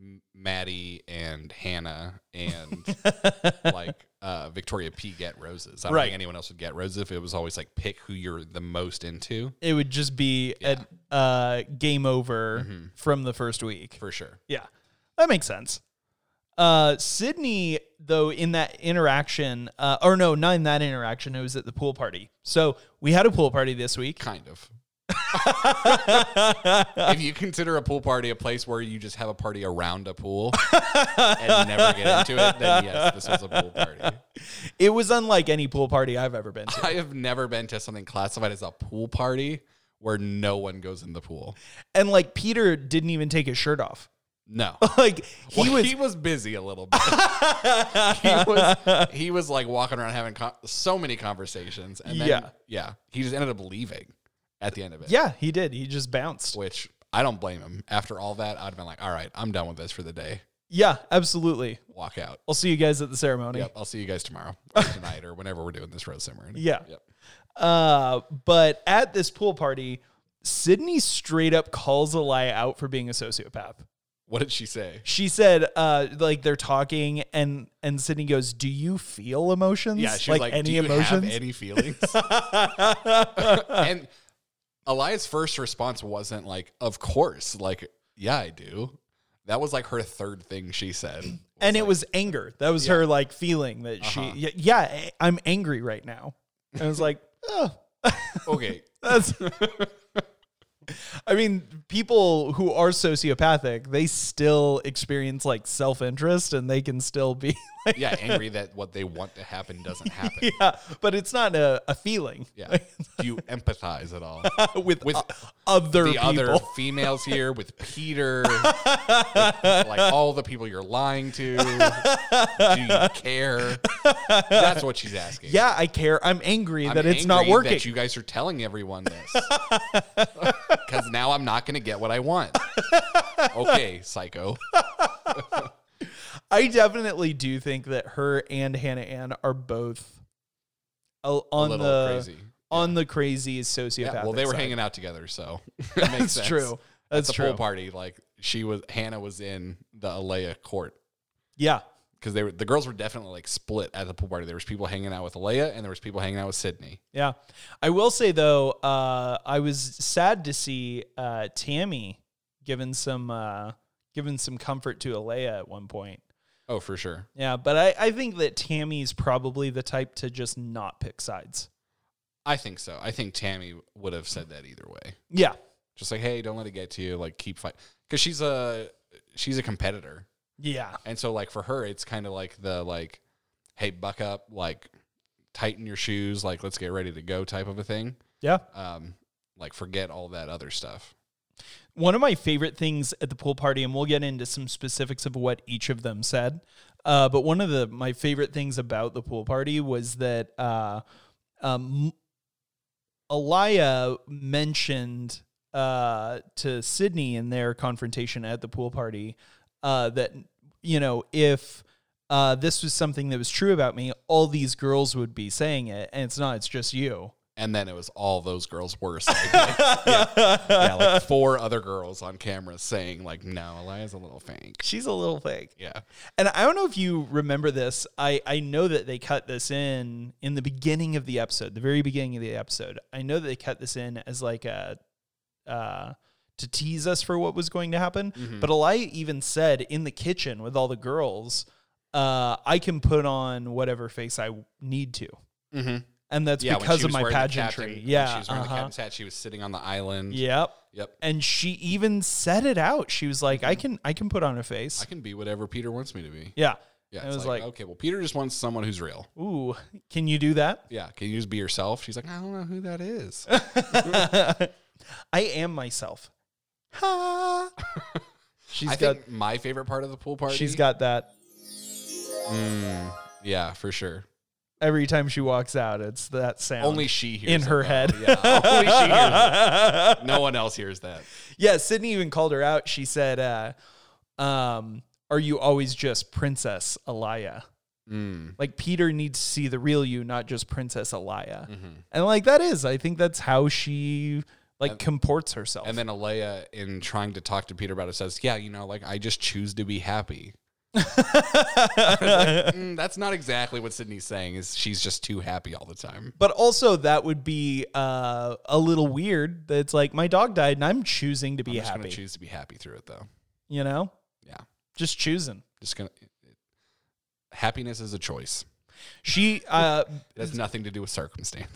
Speaker 2: M- Maddie and Hannah and like uh, Victoria P get roses. I don't
Speaker 1: Right.
Speaker 2: think anyone else would get roses if it was always like pick who you're the most into
Speaker 1: It would just be a uh, game over from the first week.
Speaker 2: Mm-hmm. for sure.
Speaker 1: Yeah, that makes sense. Uh, Sydney, though, in that interaction, uh, or no, not in that interaction, it was at the pool party. So we had a pool party this week.
Speaker 2: Kind of. if you consider a pool party a place where you just have a party around a pool and never get into it, then yes, this was a pool party.
Speaker 1: It was unlike any pool party I've ever been to.
Speaker 2: I have never been to something classified as a pool party where no one goes in the pool.
Speaker 1: And like Peter didn't even take his shirt off.
Speaker 2: No.
Speaker 1: (laughs) Like he
Speaker 2: Well,
Speaker 1: was,
Speaker 2: he was busy a little bit. he was he was like walking around having con- so many conversations and then
Speaker 1: Yeah.
Speaker 2: yeah. he just ended up leaving at the end of it.
Speaker 1: yeah, he did. He just bounced.
Speaker 2: Which I don't blame him. After all that, I'd have been like, "All right, I'm done with this for the day.
Speaker 1: Yeah, absolutely.
Speaker 2: Walk out."
Speaker 1: I'll see you guys at the ceremony.
Speaker 2: Yep, I'll see you guys tomorrow (laughs) or tonight or whenever we're doing this road ceremony.
Speaker 1: Yeah.
Speaker 2: Yep.
Speaker 1: Uh, but at this pool party, Sydney straight up calls Elia out for being a sociopath.
Speaker 2: What did she say?
Speaker 1: She said, uh, like they're talking, and and Sydney goes, "Do you feel emotions?
Speaker 2: Yeah, she's like, Do you have any (laughs) feelings? and Elias' first response wasn't like, "Of course," like, "Yeah, I do." That was like her third thing she said, (laughs)
Speaker 1: and it was anger. That was her like feeling that she,
Speaker 2: Uh-huh.
Speaker 1: y- yeah, I- I'm angry right now. And I was like, oh,
Speaker 2: "Okay,
Speaker 1: that's. I mean, people who are sociopathic, they still experience like self interest, and they can still be (laughs) like,
Speaker 2: yeah, angry that what they want to happen doesn't (laughs) happen."
Speaker 1: yeah, but it's not a, a feeling.
Speaker 2: Yeah, do you empathize at (laughs) all
Speaker 1: (laughs) with,
Speaker 2: with
Speaker 1: o- other
Speaker 2: the
Speaker 1: people. (laughs)
Speaker 2: other females here? With Peter, with, like all the people you're lying to? Do you care? That's what she's asking.
Speaker 1: yeah, I care. I'm angry
Speaker 2: I'm
Speaker 1: that it's not
Speaker 2: angry
Speaker 1: working.
Speaker 2: That you guys are telling everyone this (laughs) because now I'm not going to get what I want. Okay, psycho.
Speaker 1: I definitely do think that her and Hannah Ann are both a-
Speaker 2: A
Speaker 1: on
Speaker 2: little
Speaker 1: the
Speaker 2: crazy.
Speaker 1: on the crazy sociopathic.
Speaker 2: Yeah, well, they were
Speaker 1: side.
Speaker 2: hanging out together, so (laughs)
Speaker 1: (laughs)
Speaker 2: it makes
Speaker 1: That's
Speaker 2: sense.
Speaker 1: true.
Speaker 2: At
Speaker 1: That's
Speaker 2: the
Speaker 1: true.
Speaker 2: pool party, like she was, Hannah was in the Alea court
Speaker 1: Yeah,
Speaker 2: because they were the girls were definitely like split at the pool party. There was people hanging out with Alea, and there was people hanging out with Sydney.
Speaker 1: yeah. I will say though, uh, I was sad to see uh, Tammy given some uh, given some comfort to Alea at one point.
Speaker 2: Oh, for sure.
Speaker 1: Yeah, but I, I think that Tammy's probably the type to just not pick sides.
Speaker 2: I think so. I think Tammy would have said that either way.
Speaker 1: Yeah,
Speaker 2: Just like, hey, don't let it get to you. Like, keep fight because she's a she's a competitor.
Speaker 1: yeah,
Speaker 2: And so like for her, it's kind of like the like, hey, buck up, like tighten your shoes, like let's get ready to go type of a thing.
Speaker 1: yeah.
Speaker 2: Um, like forget all that other stuff.
Speaker 1: One of my favorite things at the pool party, and we'll get into some specifics of what each of them said. Uh, but one of the my favorite things about the pool party was that uh, um, Elia mentioned uh, to Sydney in their confrontation at the pool party uh, that you know if uh, this was something that was true about me, all these girls would be saying it, and it's not. It's just you.
Speaker 2: And then it was all those girls were saying, (laughs) like, (laughs) yeah, like four other girls on camera saying like, no, Elia's a little fake.
Speaker 1: She's a little fake.
Speaker 2: Yeah,
Speaker 1: And I don't know if you remember this. I, I know that they cut this in in the beginning of the episode, the very beginning of the episode. I know that they cut this in as like a uh, to tease us for what was going to happen.
Speaker 2: Mm-hmm.
Speaker 1: But Elia even said in the kitchen with all the girls, uh, I can put on whatever face I need to,
Speaker 2: mm-hmm.
Speaker 1: and that's
Speaker 2: yeah.
Speaker 1: because of my
Speaker 2: wearing the captain-
Speaker 1: pageantry.
Speaker 2: when
Speaker 1: yeah,
Speaker 2: she was wearing the
Speaker 1: uh-huh.
Speaker 2: captain's hat. She was sitting on the island.
Speaker 1: yep.
Speaker 2: Yep.
Speaker 1: And she even said it out. She was like, "I can, I can put on a face."
Speaker 2: Mm-hmm. I can be whatever Peter wants me to be.
Speaker 1: yeah.
Speaker 2: Yeah,
Speaker 1: I
Speaker 2: it's
Speaker 1: was like-
Speaker 2: okay, well, Peter just wants someone who's real.
Speaker 1: Ooh, can you do that?
Speaker 2: Yeah, can you just be yourself? She's like, I don't know who that is.
Speaker 1: I am myself. Ha! (laughs) (laughs) She's
Speaker 2: I
Speaker 1: got
Speaker 2: think my favorite part of the pool party.
Speaker 1: she's got that
Speaker 2: Mm, yeah, for sure.
Speaker 1: every time she walks out. It's that sound
Speaker 2: Only she hears
Speaker 1: in
Speaker 2: it,
Speaker 1: her
Speaker 2: though.
Speaker 1: head.
Speaker 2: Yeah,
Speaker 1: (laughs)
Speaker 2: only she hears it. No one else hears that.
Speaker 1: yeah, Sydney even called her out. She said, uh, um, "Are you always just Princess Alaya?"
Speaker 2: Mm,
Speaker 1: Like Peter needs to see the real you, not just Princess Alaya.
Speaker 2: mhm.
Speaker 1: And like that is, I think that's how she like comports herself.
Speaker 2: And then Alea, in trying to talk to Peter about it, says, "Yeah, you know, like I just choose to
Speaker 1: (laughs)
Speaker 2: be happy." Mm, that's not exactly what Sydney's saying. Is she's just too happy all the time?
Speaker 1: But also, that would be uh, a little weird. That it's like my dog died, and I'm choosing to be
Speaker 2: I'm just
Speaker 1: happy.
Speaker 2: gonna choose to be happy through it, though.
Speaker 1: you know,
Speaker 2: Yeah,
Speaker 1: just choosing.
Speaker 2: just gonna. happiness is a choice.
Speaker 1: She. Uh,
Speaker 2: It has nothing to do
Speaker 1: (laughs)
Speaker 2: with circumstance.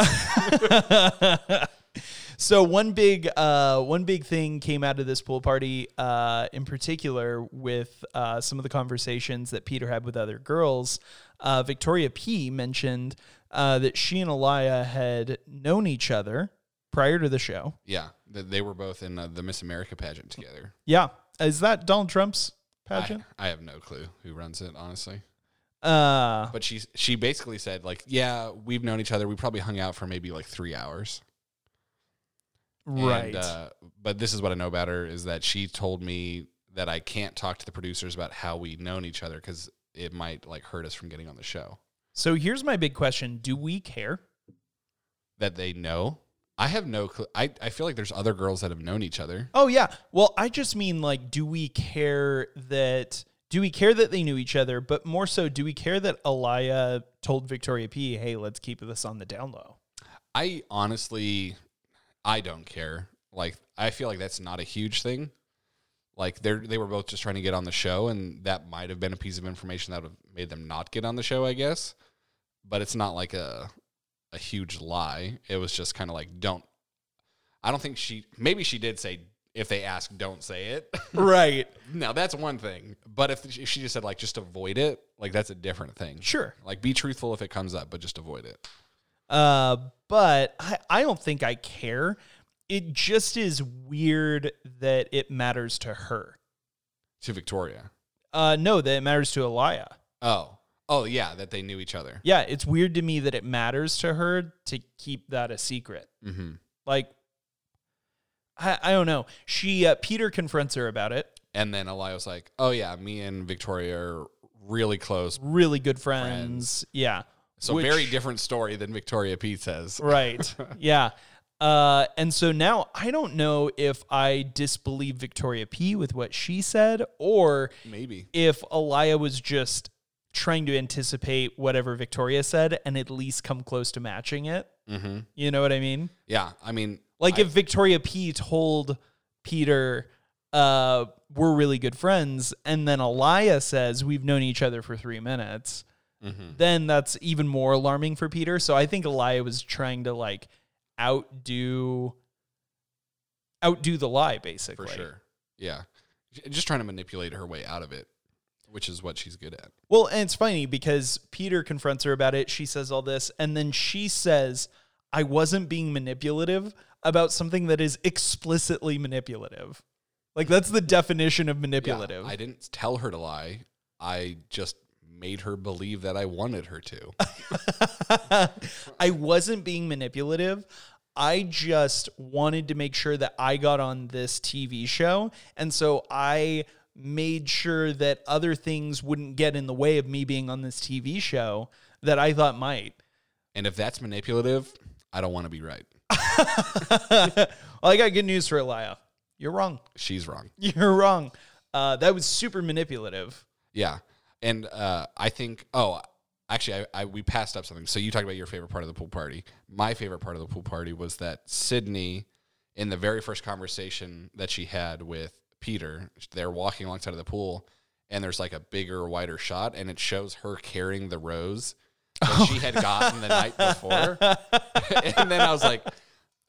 Speaker 1: so one big, uh, one big thing came out of this pool party, uh, in particular with uh, some of the conversations that Peter had with other girls. Uh, Victoria P mentioned uh, that she and Elia had known each other prior to the show.
Speaker 2: Yeah, th- they were both in uh, the Miss America pageant together.
Speaker 1: Yeah, is that Donald Trump's pageant?
Speaker 2: I, I have no clue who runs it, honestly.
Speaker 1: uh,
Speaker 2: But she she basically said like, yeah, we've known each other. We probably hung out for maybe like three hours. And,
Speaker 1: right.
Speaker 2: uh, but this is what I know about her is that she told me that I can't talk to the producers about how we've known each other because it might like hurt us from getting on the show.
Speaker 1: So here's my big question: Do we care?
Speaker 2: That they know. I have no clue. I, I feel like there's other girls that have known each other.
Speaker 1: Oh yeah. Well, I just mean like, do we care that do we care that they knew each other? But more so, do we care that Elia told Victoria P, "Hey, let's keep this on the down low."
Speaker 2: I honestly, I don't care. Like, I feel like that's not a huge thing. Like they are they were both just trying to get on the show, and that might have been a piece of information that would have made them not get on the show, I guess. But it's not like a a huge lie. It was just kind of like don't. I don't think she. Maybe she did say if they ask, don't say it. (laughs)
Speaker 1: Right.
Speaker 2: now that's one thing. But if she- if she just said like just avoid it, like that's a different thing.
Speaker 1: Sure.
Speaker 2: Like be truthful if it comes up, but just avoid it.
Speaker 1: Uh, but I, I don't think I care. It just is weird that it matters to her.
Speaker 2: To Victoria.
Speaker 1: Uh, no, that it matters to Elia.
Speaker 2: Oh. Oh yeah, that they knew each other.
Speaker 1: Yeah, it's weird to me that it matters to her to keep that a secret.
Speaker 2: Mm-hmm.
Speaker 1: Like, I, I don't know. She uh, Peter confronts her about it.
Speaker 2: And then Eli was like, "Oh yeah, me and Victoria are really close."
Speaker 1: Really good friends. Yeah.
Speaker 2: So
Speaker 1: Which-
Speaker 2: very different story than Victoria P says.
Speaker 1: (laughs) Right. yeah. Uh, and so now I don't know if I disbelieve Victoria P with what she said or
Speaker 2: Maybe.
Speaker 1: if Elia was just trying to anticipate whatever Victoria said and at least come close to matching it.
Speaker 2: Mm-hmm.
Speaker 1: You know what I mean?
Speaker 2: Yeah. I mean,
Speaker 1: Like
Speaker 2: I-
Speaker 1: if Victoria P told Peter, uh, we're really good friends, and then Elia says, we've known each other for three minutes,
Speaker 2: Mhm.
Speaker 1: then that's even more alarming for Peter. So I think Elia was trying to like outdo outdo the lie
Speaker 2: for
Speaker 1: basically.
Speaker 2: sure. Yeah. J- Just trying to manipulate her way out of it, which is what she's good at.
Speaker 1: Well, and it's funny because Peter confronts her about it. She says all this, and then she says, I wasn't being manipulative about something that is explicitly manipulative. Like, that's the definition of
Speaker 2: Yeah,
Speaker 1: manipulative.
Speaker 2: I didn't tell her to lie. I just made her believe that I wanted her to.
Speaker 1: (laughs) I wasn't being manipulative. I just wanted to make sure that I got on this TV show. And so I made sure that other things wouldn't get in the way of me being on this TV show that I thought might.
Speaker 2: and if that's manipulative, I don't want to be right.
Speaker 1: (laughs) well, I got good news for Elia. You're wrong. (laughs)
Speaker 2: She's wrong.
Speaker 1: You're wrong. Uh, that was super manipulative.
Speaker 2: Yeah. And uh, I think, oh, actually, I, I we passed up something. So you talked about your favorite part of the pool party. My favorite part of the pool party was that Sydney, in the very first conversation that she had with Peter, they're walking alongside of the pool, and there's like a bigger, wider shot, and it shows her carrying the rose that she had gotten the night before. (laughs) and then I was like,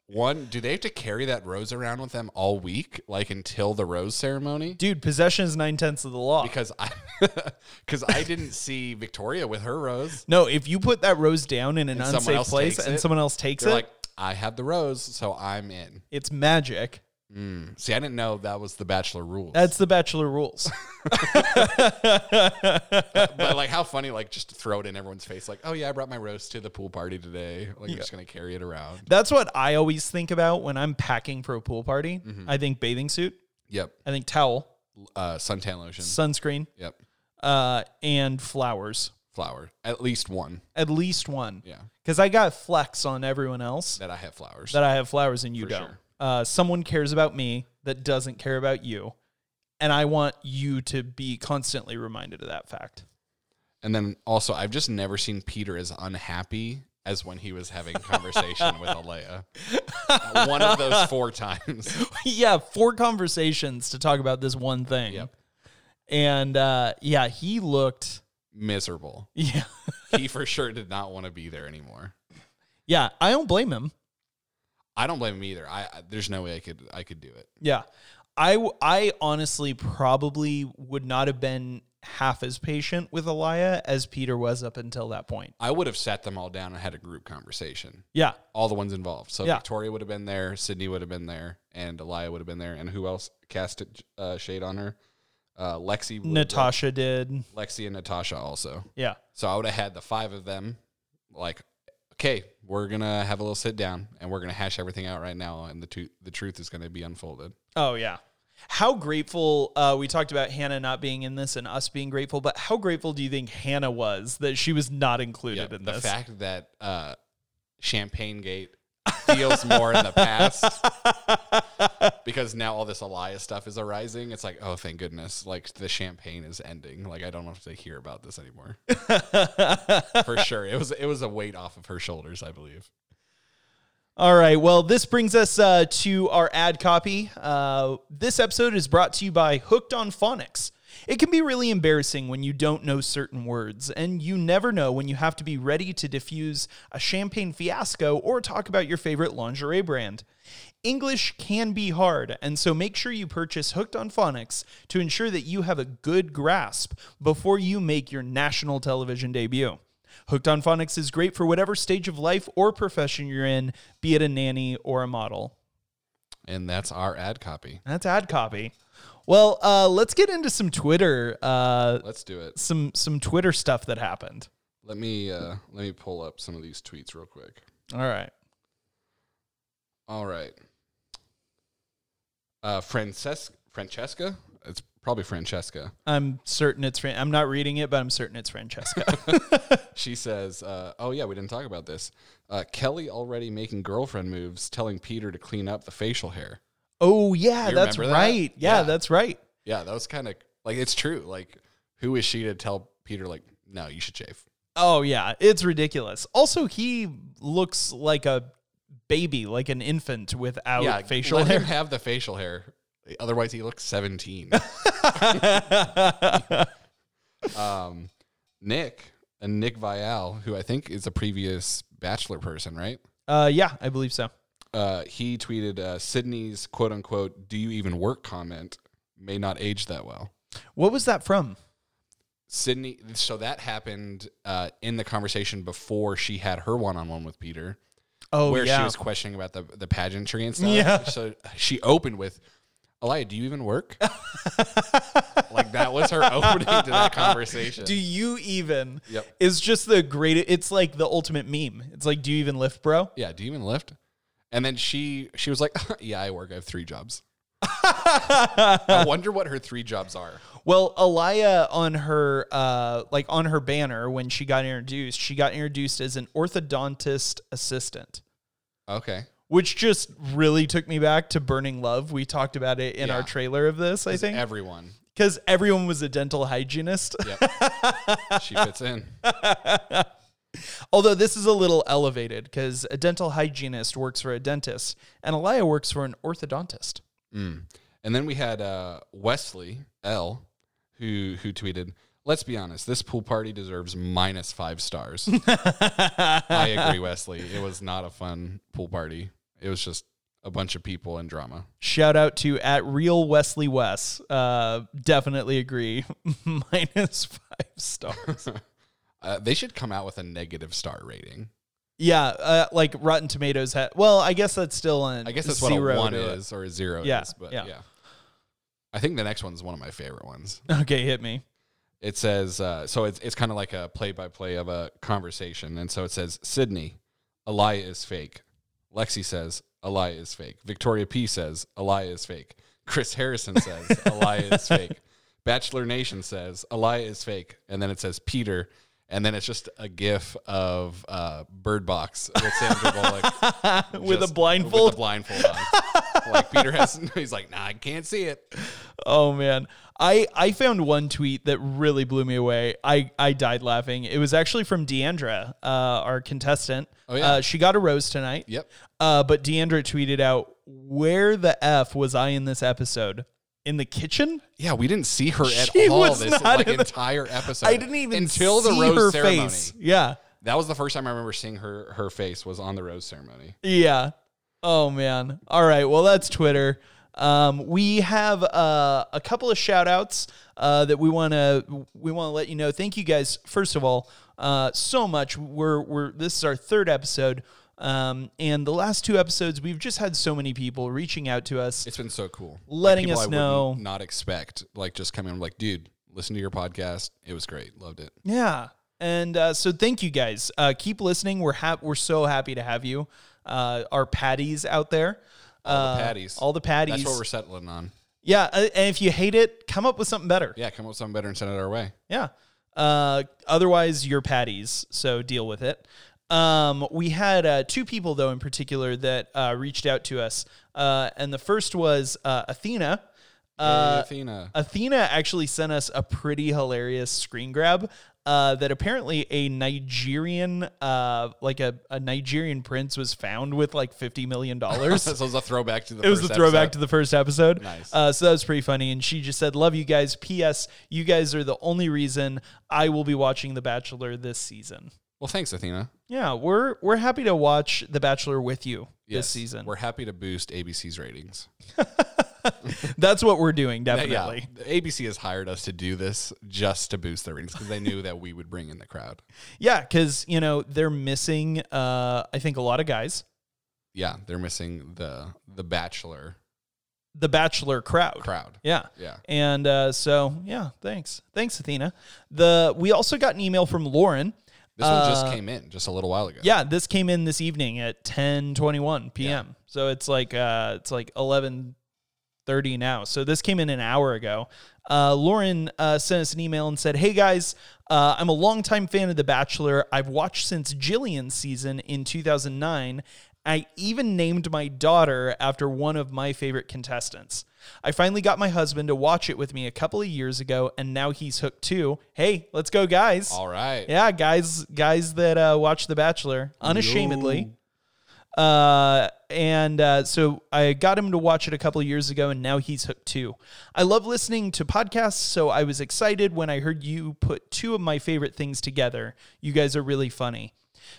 Speaker 2: one, do they have to carry that rose around with them all week, like until the rose ceremony?
Speaker 1: Dude, possession is nine tenths of the law.
Speaker 2: because I (laughs) because I didn't see Victoria with her rose.
Speaker 1: no, if you put that rose down in an
Speaker 2: someone
Speaker 1: unsafe
Speaker 2: else
Speaker 1: place
Speaker 2: takes
Speaker 1: and
Speaker 2: it,
Speaker 1: someone else takes
Speaker 2: They're
Speaker 1: it,
Speaker 2: like, I have the rose, so I'm in.
Speaker 1: it's magic.
Speaker 2: Mm. See, I didn't know that was the Bachelor rules.
Speaker 1: That's the bachelor rules.
Speaker 2: (laughs) but like, how funny! Like, just to throw it in everyone's face. Like, oh yeah, I brought my rose to the pool party today. Like, I'm just gonna carry it around.
Speaker 1: That's what I always think about when I'm packing for a pool party.
Speaker 2: Mm-hmm.
Speaker 1: I think bathing suit,
Speaker 2: Yep.
Speaker 1: I think towel,
Speaker 2: Uh, suntan lotion.
Speaker 1: sunscreen,
Speaker 2: Yep.
Speaker 1: uh, and flowers.
Speaker 2: Flower. At least one.
Speaker 1: At least one.
Speaker 2: Yeah.
Speaker 1: Because I got flex on everyone else.
Speaker 2: That I have flowers.
Speaker 1: that I have flowers and you
Speaker 2: For
Speaker 1: don't.
Speaker 2: sure.
Speaker 1: Uh, someone cares about me that doesn't care about you. And I want you to be constantly reminded of that fact. (laughs)
Speaker 2: and then also, I've just never seen Peter as unhappy as when he was having
Speaker 1: (laughs)
Speaker 2: conversation with Alea. one of those four times.
Speaker 1: yeah, four conversations to talk about this one thing.
Speaker 2: Yep.
Speaker 1: And uh, yeah, he looked. (laughs)
Speaker 2: Miserable.
Speaker 1: Yeah.
Speaker 2: he for sure did not want to be there anymore.
Speaker 1: Yeah, I don't blame him.
Speaker 2: I don't blame him either. I I- there's no way I could I could do it.
Speaker 1: Yeah. I, w- I honestly probably would not have been half as patient with Elia as Peter was up until that point.
Speaker 2: I would have sat them all down and had a group conversation.
Speaker 1: Yeah.
Speaker 2: All the ones involved. So
Speaker 1: Yeah.
Speaker 2: Victoria would have been there, Sydney would have been there, and Elia would have been there, and who else cast it, uh, shade on her? Uh, Lexi, would have-
Speaker 1: Natasha did.
Speaker 2: Lexi and Natasha also.
Speaker 1: Yeah.
Speaker 2: So I would have had the five of them. Like, okay, we're gonna have a little sit down, and we're gonna hash everything out right now, and the tu- the truth is gonna be unfolded.
Speaker 1: Oh yeah. How grateful uh, we talked about Hannah not being in this and us being grateful, but how grateful do you think Hannah was that she was not included
Speaker 2: Yeah,
Speaker 1: in
Speaker 2: the
Speaker 1: this?
Speaker 2: fact that uh, Champagne Gate feels more in the past because now all this Elias stuff is arising. It's like, oh, thank goodness, like the champagne is ending. Like I don't have to hear about this anymore. For sure, it was it was a weight off of her shoulders, I believe.
Speaker 1: All right. Well, this brings us uh, to our ad copy. Uh, this episode is brought to you by Hooked on Phonics. It can be really embarrassing when you don't know certain words, and you never know when you have to be ready to diffuse a champagne fiasco or talk about your favorite lingerie brand. English can be hard, and so make sure you purchase Hooked on Phonics to ensure that you have a good grasp before you make your national television debut. Hooked on Phonics is great for whatever stage of life or profession you're in, be it a nanny or a model.
Speaker 2: And that's our ad copy.
Speaker 1: That's ad copy. Well, uh, let's get into some Twitter, uh,
Speaker 2: Let's do it.
Speaker 1: some some Twitter stuff that happened.
Speaker 2: Let me uh, let me pull up some of these tweets real quick.
Speaker 1: All right.
Speaker 2: All right. Uh, Frances- Francesca. It's probably Francesca.
Speaker 1: I'm certain it's. Fran- I'm not reading it, but I'm certain it's
Speaker 2: (laughs)
Speaker 1: Francesca.
Speaker 2: She says, uh, "Oh yeah, we didn't talk about this. Uh, Kelly already making girlfriend moves, telling Peter to clean up the facial hair.
Speaker 1: oh yeah,
Speaker 2: You
Speaker 1: that's
Speaker 2: remember that?
Speaker 1: right. Yeah,
Speaker 2: Yeah.
Speaker 1: that's right.
Speaker 2: Yeah, that was kind of like it's true. Like, who is she to tell Peter like, no, you should shave?
Speaker 1: Oh yeah, it's ridiculous. Also, he looks like a baby, like an infant without
Speaker 2: yeah,
Speaker 1: Oh, facial
Speaker 2: let
Speaker 1: hair.
Speaker 2: him have the facial hair. Otherwise, he
Speaker 1: (laughs)
Speaker 2: looks seventeen. um, Nick and Nick Vial, who I think is a previous Bachelor person, right?
Speaker 1: Uh, yeah, I believe so.
Speaker 2: uh, he tweeted uh, Sydney's quote unquote "Do you even work?" comment may not age that well.
Speaker 1: What was that from?
Speaker 2: Sydney, so that happened uh, in the conversation before she had her one on one with Peter,
Speaker 1: Oh
Speaker 2: where
Speaker 1: yeah,
Speaker 2: she was questioning about the the pageantry and stuff.
Speaker 1: Yeah.
Speaker 2: So she opened with, "Elia, do you
Speaker 1: (laughs)
Speaker 2: even work?" like that was her opening to that conversation.
Speaker 1: Do you even?
Speaker 2: Yep.
Speaker 1: Is just the great. It's like the ultimate meme. It's like, do you even lift, bro?
Speaker 2: yeah, do you even lift? And then she she was like, (laughs) "Yeah, I work. I have three
Speaker 1: (laughs)
Speaker 2: jobs." I wonder what her three jobs are.
Speaker 1: Well, Elia on her uh like on her banner when she got introduced, she got introduced as an orthodontist assistant,
Speaker 2: Okay.
Speaker 1: which just really took me back to Burning Love. We talked about it in our
Speaker 2: Yeah.
Speaker 1: trailer of this, I think,
Speaker 2: Everyone.
Speaker 1: because everyone was a dental hygienist.
Speaker 2: she fits in.
Speaker 1: (laughs) Although this is a little elevated because a dental hygienist works for a dentist and Elia works for an orthodontist.
Speaker 2: And then we had uh, Wesley L, who who tweeted, "Let's be honest, this pool party deserves minus
Speaker 1: (laughs)
Speaker 2: five stars." I agree, Wesley. It was not a fun pool party. It was just a bunch of people and drama.
Speaker 1: Shout out to at real Wesley Wes. Uh, definitely agree. (laughs) Minus five stars.
Speaker 2: Uh, they should come out with a negative star rating.
Speaker 1: yeah, uh, like Rotten Tomatoes had. Well, I guess that's still on.
Speaker 2: I guess that's what
Speaker 1: zero
Speaker 2: a one
Speaker 1: to it.
Speaker 2: is or a zero
Speaker 1: Yeah,
Speaker 2: is. But
Speaker 1: yeah.
Speaker 2: yeah. I think the next one is one of my favorite ones.
Speaker 1: (laughs) Okay, hit me.
Speaker 2: It says, uh, so it's it's kind of like a play by play of a conversation. And so it says, Sydney, Elia is fake. Lexi says, Elia is fake. Victoria P says, Elia is fake.
Speaker 1: (laughs)
Speaker 2: Chris Harrison says, Elia is fake. Bachelor Nation says, Elia is fake. And then it says, Peter. And then it's just a gif of uh, Bird Box with Sandra Bullock.
Speaker 1: (laughs) With a
Speaker 2: just- With
Speaker 1: blindfold.
Speaker 2: a blindfold on. like Peter has, (laughs) he's like, nah, I can't see it.
Speaker 1: Oh man, I I found one tweet that really blew me away. I I died laughing. It was actually from Deandra, uh, our contestant.
Speaker 2: Oh, yeah.
Speaker 1: uh, she got a rose tonight.
Speaker 2: Yep.
Speaker 1: Uh, but Deandra tweeted out, "Where the f was I in this episode? In the kitchen?
Speaker 2: Yeah, we didn't see her at
Speaker 1: She
Speaker 2: all
Speaker 1: was
Speaker 2: this
Speaker 1: not
Speaker 2: like
Speaker 1: in the-
Speaker 2: entire episode.
Speaker 1: I didn't even
Speaker 2: until the
Speaker 1: see
Speaker 2: rose
Speaker 1: her
Speaker 2: ceremony.
Speaker 1: face. Yeah,
Speaker 2: That was the first time I remember seeing her her face was on the rose ceremony.
Speaker 1: yeah. Oh man. All right. Well, that's Twitter. Um, we have uh, a couple of shout outs uh, that we want to we want to let you know. Thank you guys first of all uh, so much. We're we're this is our third episode. Um, and the last two episodes, we've just had so many people reaching out to us.
Speaker 2: It's been so cool.
Speaker 1: Letting
Speaker 2: people
Speaker 1: us
Speaker 2: I would
Speaker 1: know.
Speaker 2: not expect like just coming. I'm like, dude, listen to your podcast. It was great. Loved it.
Speaker 1: Yeah. And uh, so thank you guys. Uh, keep listening. We're hap- we're so happy to have you. Uh, our patties out there.
Speaker 2: All
Speaker 1: uh,
Speaker 2: the patties.
Speaker 1: All the patties.
Speaker 2: That's what we're settling on.
Speaker 1: yeah. uh, And if you hate it, come up with something better.
Speaker 2: Yeah, come up with something better and send it our way.
Speaker 1: Yeah. Uh, otherwise, you're patties. So deal with it. Um, we had uh, two people though in particular that uh, reached out to us, uh, and the first was uh, Athena. Uh,
Speaker 2: (laughs) Athena.
Speaker 1: Athena actually sent us a pretty hilarious screen grab uh, that apparently a Nigerian, uh, like a, a Nigerian prince, was found with like fifty million dollars.
Speaker 2: this was a throwback to the.
Speaker 1: It was a
Speaker 2: first
Speaker 1: throwback
Speaker 2: episode.
Speaker 1: to the first episode.
Speaker 2: Nice.
Speaker 1: Uh, so that was pretty funny. And she just said, "Love you guys." P.S. You guys are the only reason I will be watching The Bachelor this season.
Speaker 2: Well, thanks, Athena.
Speaker 1: Yeah, we're we're happy to watch The Bachelor with you this
Speaker 2: Yes.
Speaker 1: season.
Speaker 2: we're happy to boost ABC's ratings.
Speaker 1: (laughs) That's what we're doing,
Speaker 2: Yeah,
Speaker 1: definitely.
Speaker 2: the ABC has hired us to do this just to boost their ratings because they knew that we would bring in the crowd.
Speaker 1: Yeah, because you know they're missing. Uh, I think a lot of guys.
Speaker 2: Yeah, they're missing the the Bachelor
Speaker 1: The Bachelor crowd.
Speaker 2: crowd.
Speaker 1: Yeah.
Speaker 2: Yeah.
Speaker 1: And uh, so yeah, thanks, thanks Athena. The we also got an email from Lauren.
Speaker 2: This one just
Speaker 1: Uh,
Speaker 2: came in just a little while ago.
Speaker 1: Yeah, this came in this evening at ten twenty one p.m. So it's like uh, it's like eleven thirty now. So this came in an hour ago. Uh, Lauren uh, sent us an email and said, "Hey guys, uh, I'm a longtime fan of The Bachelor. I've watched since Jillian's season in 2009. I even named my daughter after one of my favorite contestants. I finally got my husband to watch it with me a couple of years ago, and now he's hooked too. Hey, let's go, guys!
Speaker 2: All right.
Speaker 1: Yeah, guys, guys that uh, watch The Bachelor unashamedly. Uh, and uh, so I got him to watch it a couple of years ago, and now he's hooked too. I love listening to podcasts, so I was excited when I heard you put two of my favorite things together. You guys are really funny.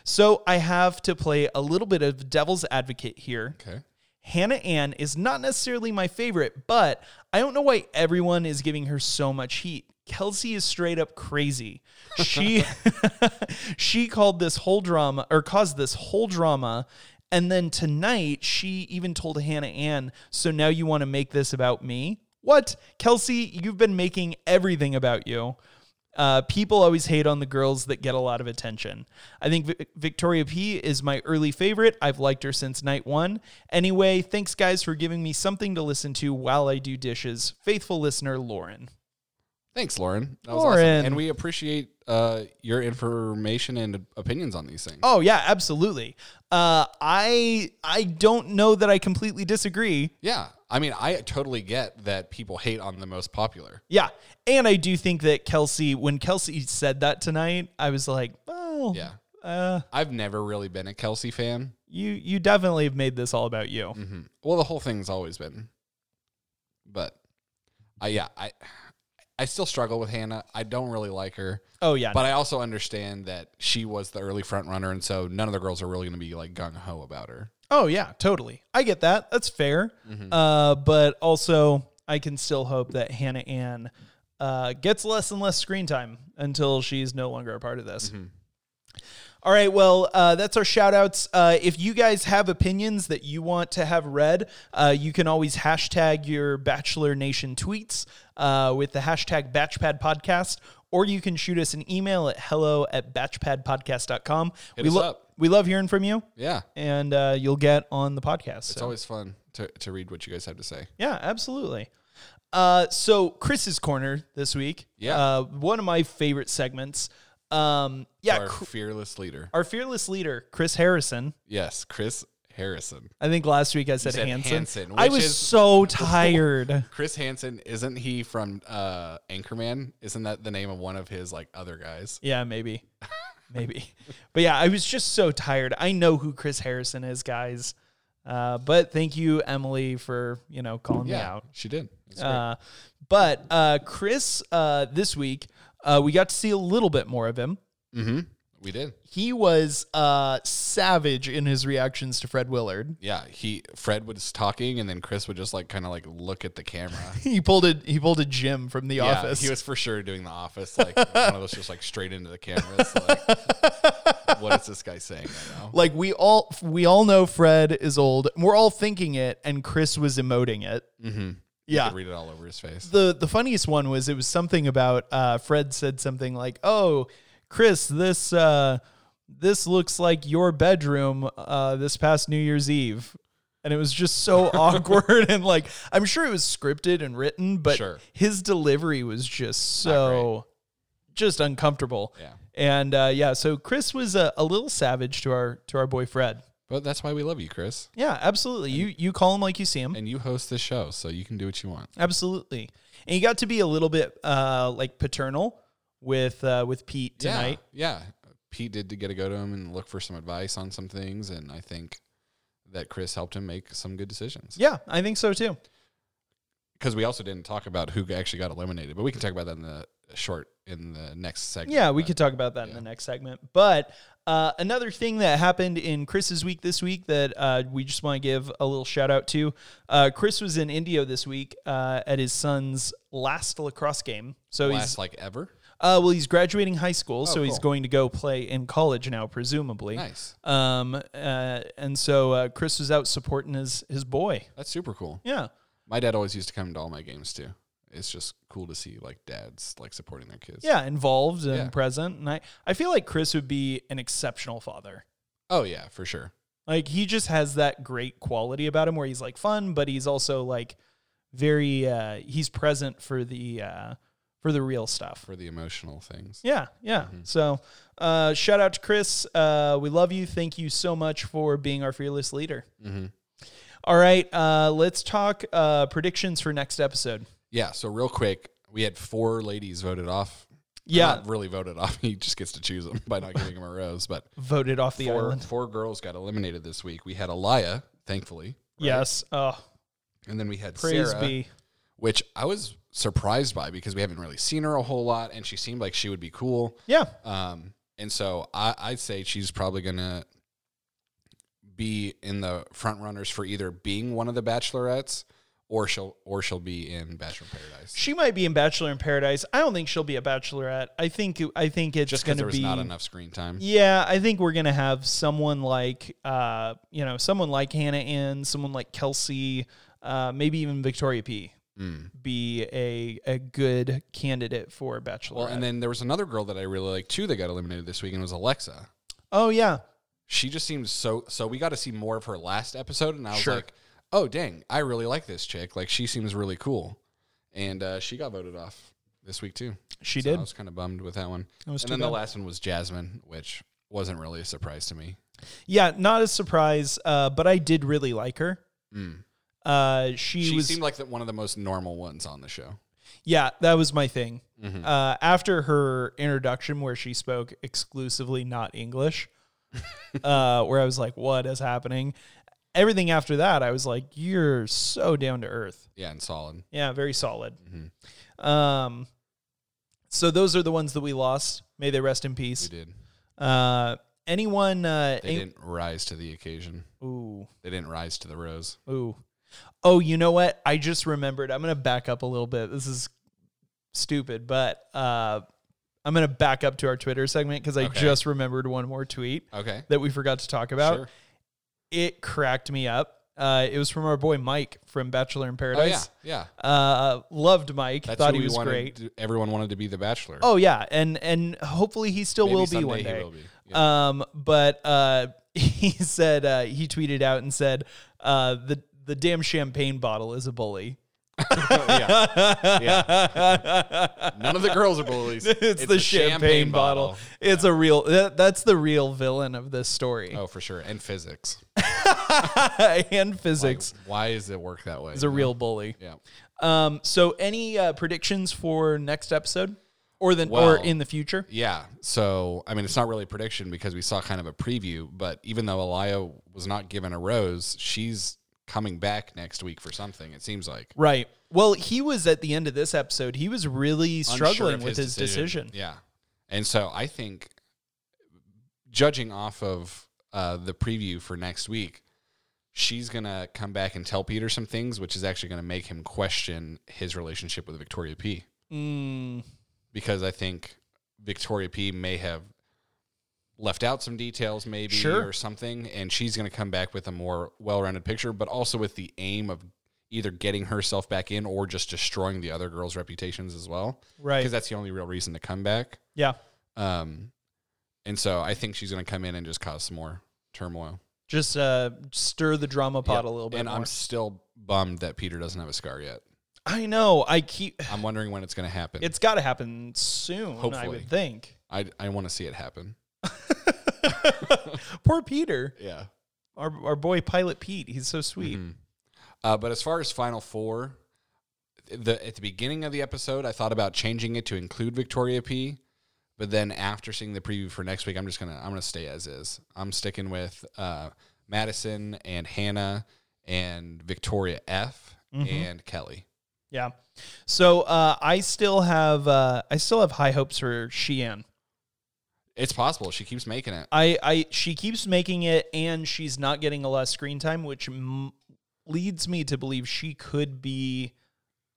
Speaker 1: So I have to play a little bit of devil's advocate here.
Speaker 2: Okay.
Speaker 1: Hannah Ann is not necessarily my favorite, but I don't know why everyone is giving her so much heat. Kelsey is straight up crazy. She (laughs) she called this whole drama or caused this whole drama and then tonight she even told Hannah Ann, "So now you want to make this about me?" What? Kelsey, you've been making everything about you. Uh, people always hate on the girls that get a lot of attention. I think Vic- Victoria P is my early favorite. I've liked her since night one. Anyway, thanks guys for giving me something to listen to while I do dishes. Faithful listener Lauren.
Speaker 2: Thanks, Lauren. That was
Speaker 1: Lauren.
Speaker 2: awesome. And we appreciate uh, your information and opinions on these things.
Speaker 1: Oh yeah, absolutely. Uh, I I don't know that I completely disagree.
Speaker 2: Yeah. I mean, I totally get that people hate on the most popular.
Speaker 1: Yeah, and I do think that Kelsey, when Kelsey said that tonight, I was like, well,
Speaker 2: Yeah.
Speaker 1: uh,
Speaker 2: I've never really been a Kelsey fan.
Speaker 1: you you definitely have made this all about you.
Speaker 2: Mhm. Well, the whole thing's always been. But I yeah, I I still struggle with Hannah. I don't really like her,
Speaker 1: Oh yeah,
Speaker 2: but I also understand that she was the early front runner and so none of the girls are really going to be like gung ho about her.
Speaker 1: Oh yeah, totally. I get that. That's fair.
Speaker 2: Mm-hmm.
Speaker 1: Uh, but also, I can still hope that Hannah Ann uh, gets less and less screen time until she's no longer a part of this.
Speaker 2: Mm-hmm.
Speaker 1: All right, well, uh, that's our shout outs. Uh, if you guys have opinions that you want to have read, uh, you can always hashtag your Bachelor Nation tweets uh, with the hashtag Batchpad Podcast, or you can shoot us an email at hello at batchpadpodcast.com. we,
Speaker 2: us
Speaker 1: lo-
Speaker 2: up.
Speaker 1: we love hearing from you
Speaker 2: Yeah.
Speaker 1: and uh, you'll get on the podcast.
Speaker 2: It's
Speaker 1: So.
Speaker 2: always fun to to read what you guys have to say.
Speaker 1: Yeah, absolutely. Uh, so Chris's corner this week.
Speaker 2: Yeah.
Speaker 1: uh, one of my favorite segments. Um, yeah,
Speaker 2: Our
Speaker 1: Cr-
Speaker 2: fearless leader.
Speaker 1: our fearless leader, Chris Harrison.
Speaker 2: Yes, Chris Harrison.
Speaker 1: I think last week I said,
Speaker 2: said
Speaker 1: Hanson.
Speaker 2: Hanson,
Speaker 1: I
Speaker 2: which
Speaker 1: was
Speaker 2: is-
Speaker 1: so tired.
Speaker 2: Chris Hansen, isn't he from uh, Anchorman? Isn't that the name of one of his like other guys?
Speaker 1: yeah, maybe,
Speaker 2: (laughs)
Speaker 1: maybe. But yeah, I was just so tired. I know who Chris Harrison is, guys. Uh, but thank you, Emily, for you know calling me
Speaker 2: Yeah,
Speaker 1: out.
Speaker 2: she did. It's great.
Speaker 1: Uh, but uh, Chris, uh, this week, uh, we got to see a little bit more of him.
Speaker 2: we did.
Speaker 1: He was uh, savage in his reactions to Fred Willard. (laughs)
Speaker 2: Yeah, he Fred was talking, and then Chris would just like kind of like look at the camera.
Speaker 1: (laughs) He pulled a he pulled a Jim from the
Speaker 2: Yeah,
Speaker 1: office.
Speaker 2: he was for sure doing the office, like one of those just like straight into the camera. It's
Speaker 1: (laughs)
Speaker 2: like, what is this guy saying right now?
Speaker 1: like we all we all know Fred is old. and We're all thinking it, and Chris was emoting it. Mm-hmm.
Speaker 2: You
Speaker 1: Yeah.
Speaker 2: could read it all over his face.
Speaker 1: The the funniest one was it was something about uh, Fred said something like, "Oh, Chris, this uh, this looks like your bedroom uh, this past New Year's Eve." And it was just so awkward and like I'm sure it was scripted and written, but
Speaker 2: Sure.
Speaker 1: his delivery was just so just uncomfortable.
Speaker 2: Yeah.
Speaker 1: And uh, yeah, so Chris was a, a little savage to our to our boy Fred.
Speaker 2: But that's why we love you, Chris.
Speaker 1: Yeah, absolutely. You you call him like you see him.
Speaker 2: And you host this show, so you can do what you want.
Speaker 1: Absolutely. And you got to be a little bit uh, like paternal with uh, with Pete tonight.
Speaker 2: Yeah, yeah. Pete did to get to go to him and look for some advice on some things, and I think that Chris helped him make some good decisions.
Speaker 1: Yeah, I think so too.
Speaker 2: Because we also didn't talk about who actually got eliminated, but we can talk about that in the short in the next segment.
Speaker 1: Yeah, we
Speaker 2: But
Speaker 1: could talk about that in the next segment. But uh, another thing that happened in Chris's week this week that uh, we just want to give a little shout out to uh, Chris was in Indio this week uh, at his son's last lacrosse game. So he's
Speaker 2: last like ever.
Speaker 1: uh, well, he's graduating high school, so he's
Speaker 2: cool.
Speaker 1: going to go play in college now, presumably.
Speaker 2: Nice.
Speaker 1: Um, uh, and so uh, Chris was out supporting his his boy.
Speaker 2: That's super cool.
Speaker 1: Yeah.
Speaker 2: My dad always used to come to all my games too. It's just cool to see like dads like supporting their kids.
Speaker 1: yeah involved and
Speaker 2: Yeah.
Speaker 1: present and I, I feel like chris would be an exceptional father
Speaker 2: Oh yeah, for sure.
Speaker 1: like he just has that great quality about him where he's like fun but he's also like very uh he's present for the uh for the real stuff
Speaker 2: For the emotional things.
Speaker 1: yeah yeah
Speaker 2: Mm-hmm.
Speaker 1: so uh shout out to chris uh we love you thank you so much for being our fearless leader
Speaker 2: Mm-hmm.
Speaker 1: all right uh let's talk uh predictions for next episode
Speaker 2: Yeah. So real quick, we had four ladies voted off.
Speaker 1: yeah
Speaker 2: Not really voted off. (laughs) He just gets to choose them by not giving him a rose. But
Speaker 1: voted off the
Speaker 2: four,
Speaker 1: island
Speaker 2: four girls got eliminated this week. We had Elia, thankfully,
Speaker 1: yes oh
Speaker 2: and then we had
Speaker 1: praise
Speaker 2: Sarah,
Speaker 1: be
Speaker 2: which I was surprised by because we haven't really seen her a whole lot, and she seemed like she would be cool.
Speaker 1: yeah
Speaker 2: Um, and so I, I'd say she's probably gonna be in the front runners for either being one of the bachelorettes or she'll or she'll be in Bachelor in Paradise.
Speaker 1: She might be in Bachelor in Paradise. I don't think she'll be a bachelorette. I think I think it's
Speaker 2: Just
Speaker 1: going
Speaker 2: because there
Speaker 1: to
Speaker 2: was
Speaker 1: be
Speaker 2: not enough screen time.
Speaker 1: Yeah, I think we're going to have someone like uh, you know, someone like Hannah Ann, someone like Kelsey, uh, maybe even Victoria P. Be a a good candidate for bachelorette.
Speaker 2: Hmm. Well, and then there was another girl that I really liked too that got eliminated this week, and it was Alexa.
Speaker 1: oh yeah.
Speaker 2: she just seems so so we got to see more of her last episode and i was
Speaker 1: Sure.
Speaker 2: like oh dang i really like this chick like she seems really cool and uh, she got voted off this week too
Speaker 1: She
Speaker 2: So
Speaker 1: did.
Speaker 2: i was kind of bummed with that one
Speaker 1: That was
Speaker 2: and
Speaker 1: too
Speaker 2: then the
Speaker 1: bad.
Speaker 2: last one was jasmine which wasn't really a surprise to me
Speaker 1: Yeah, not a surprise, uh, but I did really like her. Uh, she,
Speaker 2: Hmm. she,
Speaker 1: was
Speaker 2: seemed like the, one of the most normal ones on the show
Speaker 1: Yeah, that was my thing.
Speaker 2: Mm-hmm.
Speaker 1: Uh, after her introduction, where she spoke exclusively not
Speaker 2: (laughs)
Speaker 1: English, uh, where I was like, "What is happening?" Everything after that, I was like, "You're so down to earth."
Speaker 2: yeah and solid
Speaker 1: Yeah, very solid.
Speaker 2: Mm-hmm.
Speaker 1: Um, so those are the ones that we lost. May they rest in
Speaker 2: we
Speaker 1: peace.
Speaker 2: did
Speaker 1: Uh, anyone? Uh,
Speaker 2: they
Speaker 1: any-
Speaker 2: didn't rise to the occasion
Speaker 1: ooh,
Speaker 2: they didn't rise to the rose
Speaker 1: ooh, oh! You know what? I just remembered. I'm gonna back up a little bit. This is stupid, but uh, I'm going to back up to our Twitter segment because I
Speaker 2: Okay.
Speaker 1: just remembered one more tweet
Speaker 2: okay
Speaker 1: that we forgot to talk about.
Speaker 2: sure
Speaker 1: It cracked me up. Uh, it was from our boy Mike from Bachelor in
Speaker 2: oh yeah
Speaker 1: Paradise.
Speaker 2: yeah
Speaker 1: uh, loved Mike.
Speaker 2: that's
Speaker 1: thought
Speaker 2: who
Speaker 1: he
Speaker 2: we
Speaker 1: was
Speaker 2: wanted
Speaker 1: great.
Speaker 2: to- everyone wanted to be the bachelor
Speaker 1: Oh yeah, and and hopefully he still
Speaker 2: Maybe
Speaker 1: will be
Speaker 2: someday
Speaker 1: one
Speaker 2: he
Speaker 1: day.
Speaker 2: will be.
Speaker 1: Um, but uh, (laughs) he said uh, he tweeted out and said uh, the the damn champagne bottle is a bully.
Speaker 2: yeah. yeah. None of the girls are bullies.
Speaker 1: (laughs) It's, the, champagne, bottle. It's a real. That, that's the real villain of this story.
Speaker 2: Oh, for sure. And physics.
Speaker 1: (laughs) and physics
Speaker 2: Why does it work that way?
Speaker 1: is a real bully.
Speaker 2: yeah.
Speaker 1: Um, so any uh, predictions for next episode or the or
Speaker 2: Well-
Speaker 1: in the future?
Speaker 2: Yeah. So, I mean, it's not really a prediction because we saw kind of a preview, but even though Elia was not given a rose, she's coming back next week for something, it seems like.
Speaker 1: Right. Well, he was at the end of this episode. He was really
Speaker 2: Unsure of
Speaker 1: struggling with his, decision.
Speaker 2: Yeah. And so I think, judging off of uh, the preview for next week, she's going to come back and tell Peter some things, which is actually going to make him question his relationship with Victoria P.
Speaker 1: Mm,
Speaker 2: Because I think Victoria P may have left out some details, maybe,
Speaker 1: Sure.
Speaker 2: or something. And she's going to come back with a more well rounded picture, but also with the aim of either getting herself back in or just destroying the other girls' reputations as well
Speaker 1: right.
Speaker 2: because that's the only real reason to come back.
Speaker 1: yeah.
Speaker 2: Um, and so I think she's going to come in and just cause some more turmoil.
Speaker 1: Just uh, stir the drama pot
Speaker 2: Yeah.
Speaker 1: a little bit.
Speaker 2: And
Speaker 1: more.
Speaker 2: I'm still bummed that Peter doesn't have a scar yet.
Speaker 1: I know. I keep.
Speaker 2: I'm wondering when it's going to happen.
Speaker 1: It's got to happen soon. I
Speaker 2: Hopefully.
Speaker 1: would
Speaker 2: (laughs)
Speaker 1: think. (laughs)
Speaker 2: I I want to see it happen.
Speaker 1: Poor Peter,
Speaker 2: Yeah.
Speaker 1: our our boy Pilot Pete. He's so sweet.
Speaker 2: Uh, but as far as Final Four, the at the beginning of the episode, I thought about changing it to include Victoria P. But then after seeing the preview for next week, I'm just gonna I'm gonna stay as is. I'm sticking with uh, Madison and Hannah and Victoria F.
Speaker 1: Mm-hmm.
Speaker 2: and Kelly.
Speaker 1: Yeah. So uh, I still have uh, I still have high hopes for Sheehan.
Speaker 2: It's possible she keeps making it.
Speaker 1: I, I she keeps making it and she's not getting a lot of screen time which m- leads me to believe she could be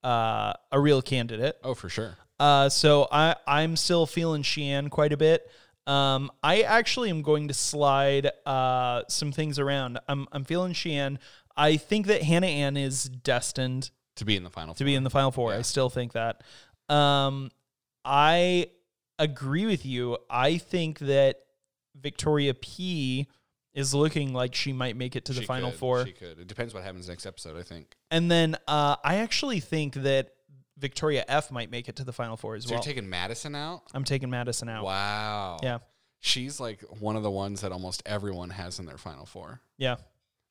Speaker 1: uh, a real candidate
Speaker 2: Oh, for sure.
Speaker 1: uh, so I, i'm still feeling sheehan quite a bit um, i actually am going to slide uh, some things around i'm, I'm feeling sheehan i think that hannah ann is destined
Speaker 2: To be in the final.
Speaker 1: to be in the final four. I still think that. Um, I agree with you. I think that Victoria P is looking like she might make it to the
Speaker 2: She
Speaker 1: final
Speaker 2: could.
Speaker 1: four.
Speaker 2: She could. It depends what happens next episode. I think.
Speaker 1: and then uh, I actually think that Victoria F might make it to the final four as
Speaker 2: So
Speaker 1: well.
Speaker 2: you're taking Madison out.
Speaker 1: I'm taking Madison out.
Speaker 2: Wow.
Speaker 1: Yeah.
Speaker 2: She's like one of the ones that almost everyone has in their final four.
Speaker 1: Yeah.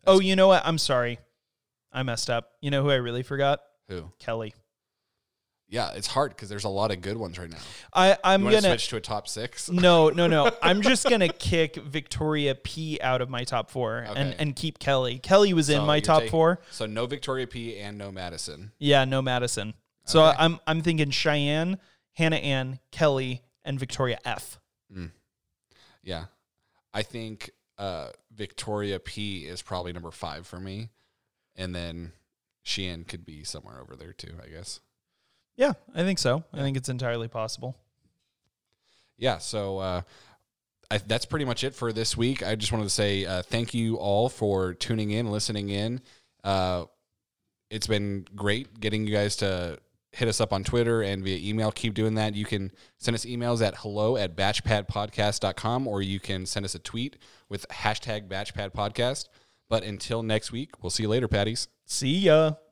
Speaker 1: Oh, you know what? I'm sorry. I messed up. You know who I really forgot?
Speaker 2: Who?
Speaker 1: Kelly.
Speaker 2: Yeah, it's hard because there's a lot of good ones right now.
Speaker 1: I, I'm
Speaker 2: You want to
Speaker 1: gonna
Speaker 2: switch to a top six?
Speaker 1: (laughs) No, no, no. I'm just gonna kick Victoria P out of my top four and,
Speaker 2: Okay.
Speaker 1: and keep Kelly. Kelly was in
Speaker 2: So
Speaker 1: my
Speaker 2: you're
Speaker 1: top
Speaker 2: taking-
Speaker 1: four.
Speaker 2: So no Victoria P and no Madison.
Speaker 1: Yeah, no Madison. So
Speaker 2: Okay.
Speaker 1: I'm I'm thinking Cheyenne, Hannah Ann, Kelly, and Victoria F.
Speaker 2: Yeah. I think uh, Victoria P is probably number five for me. And then Sheehan could be somewhere over there too, I guess.
Speaker 1: Yeah, I think so. I think it's entirely possible.
Speaker 2: yeah so uh, I, that's pretty much it for this week i just wanted to say uh, thank you all for tuning in listening in uh, it's been great getting you guys to hit us up on twitter and via email keep doing that you can send us emails at hello at batchpadpodcast.com or you can send us a tweet with hashtag batchpadpodcast but until next week we'll see you later patties
Speaker 1: See ya.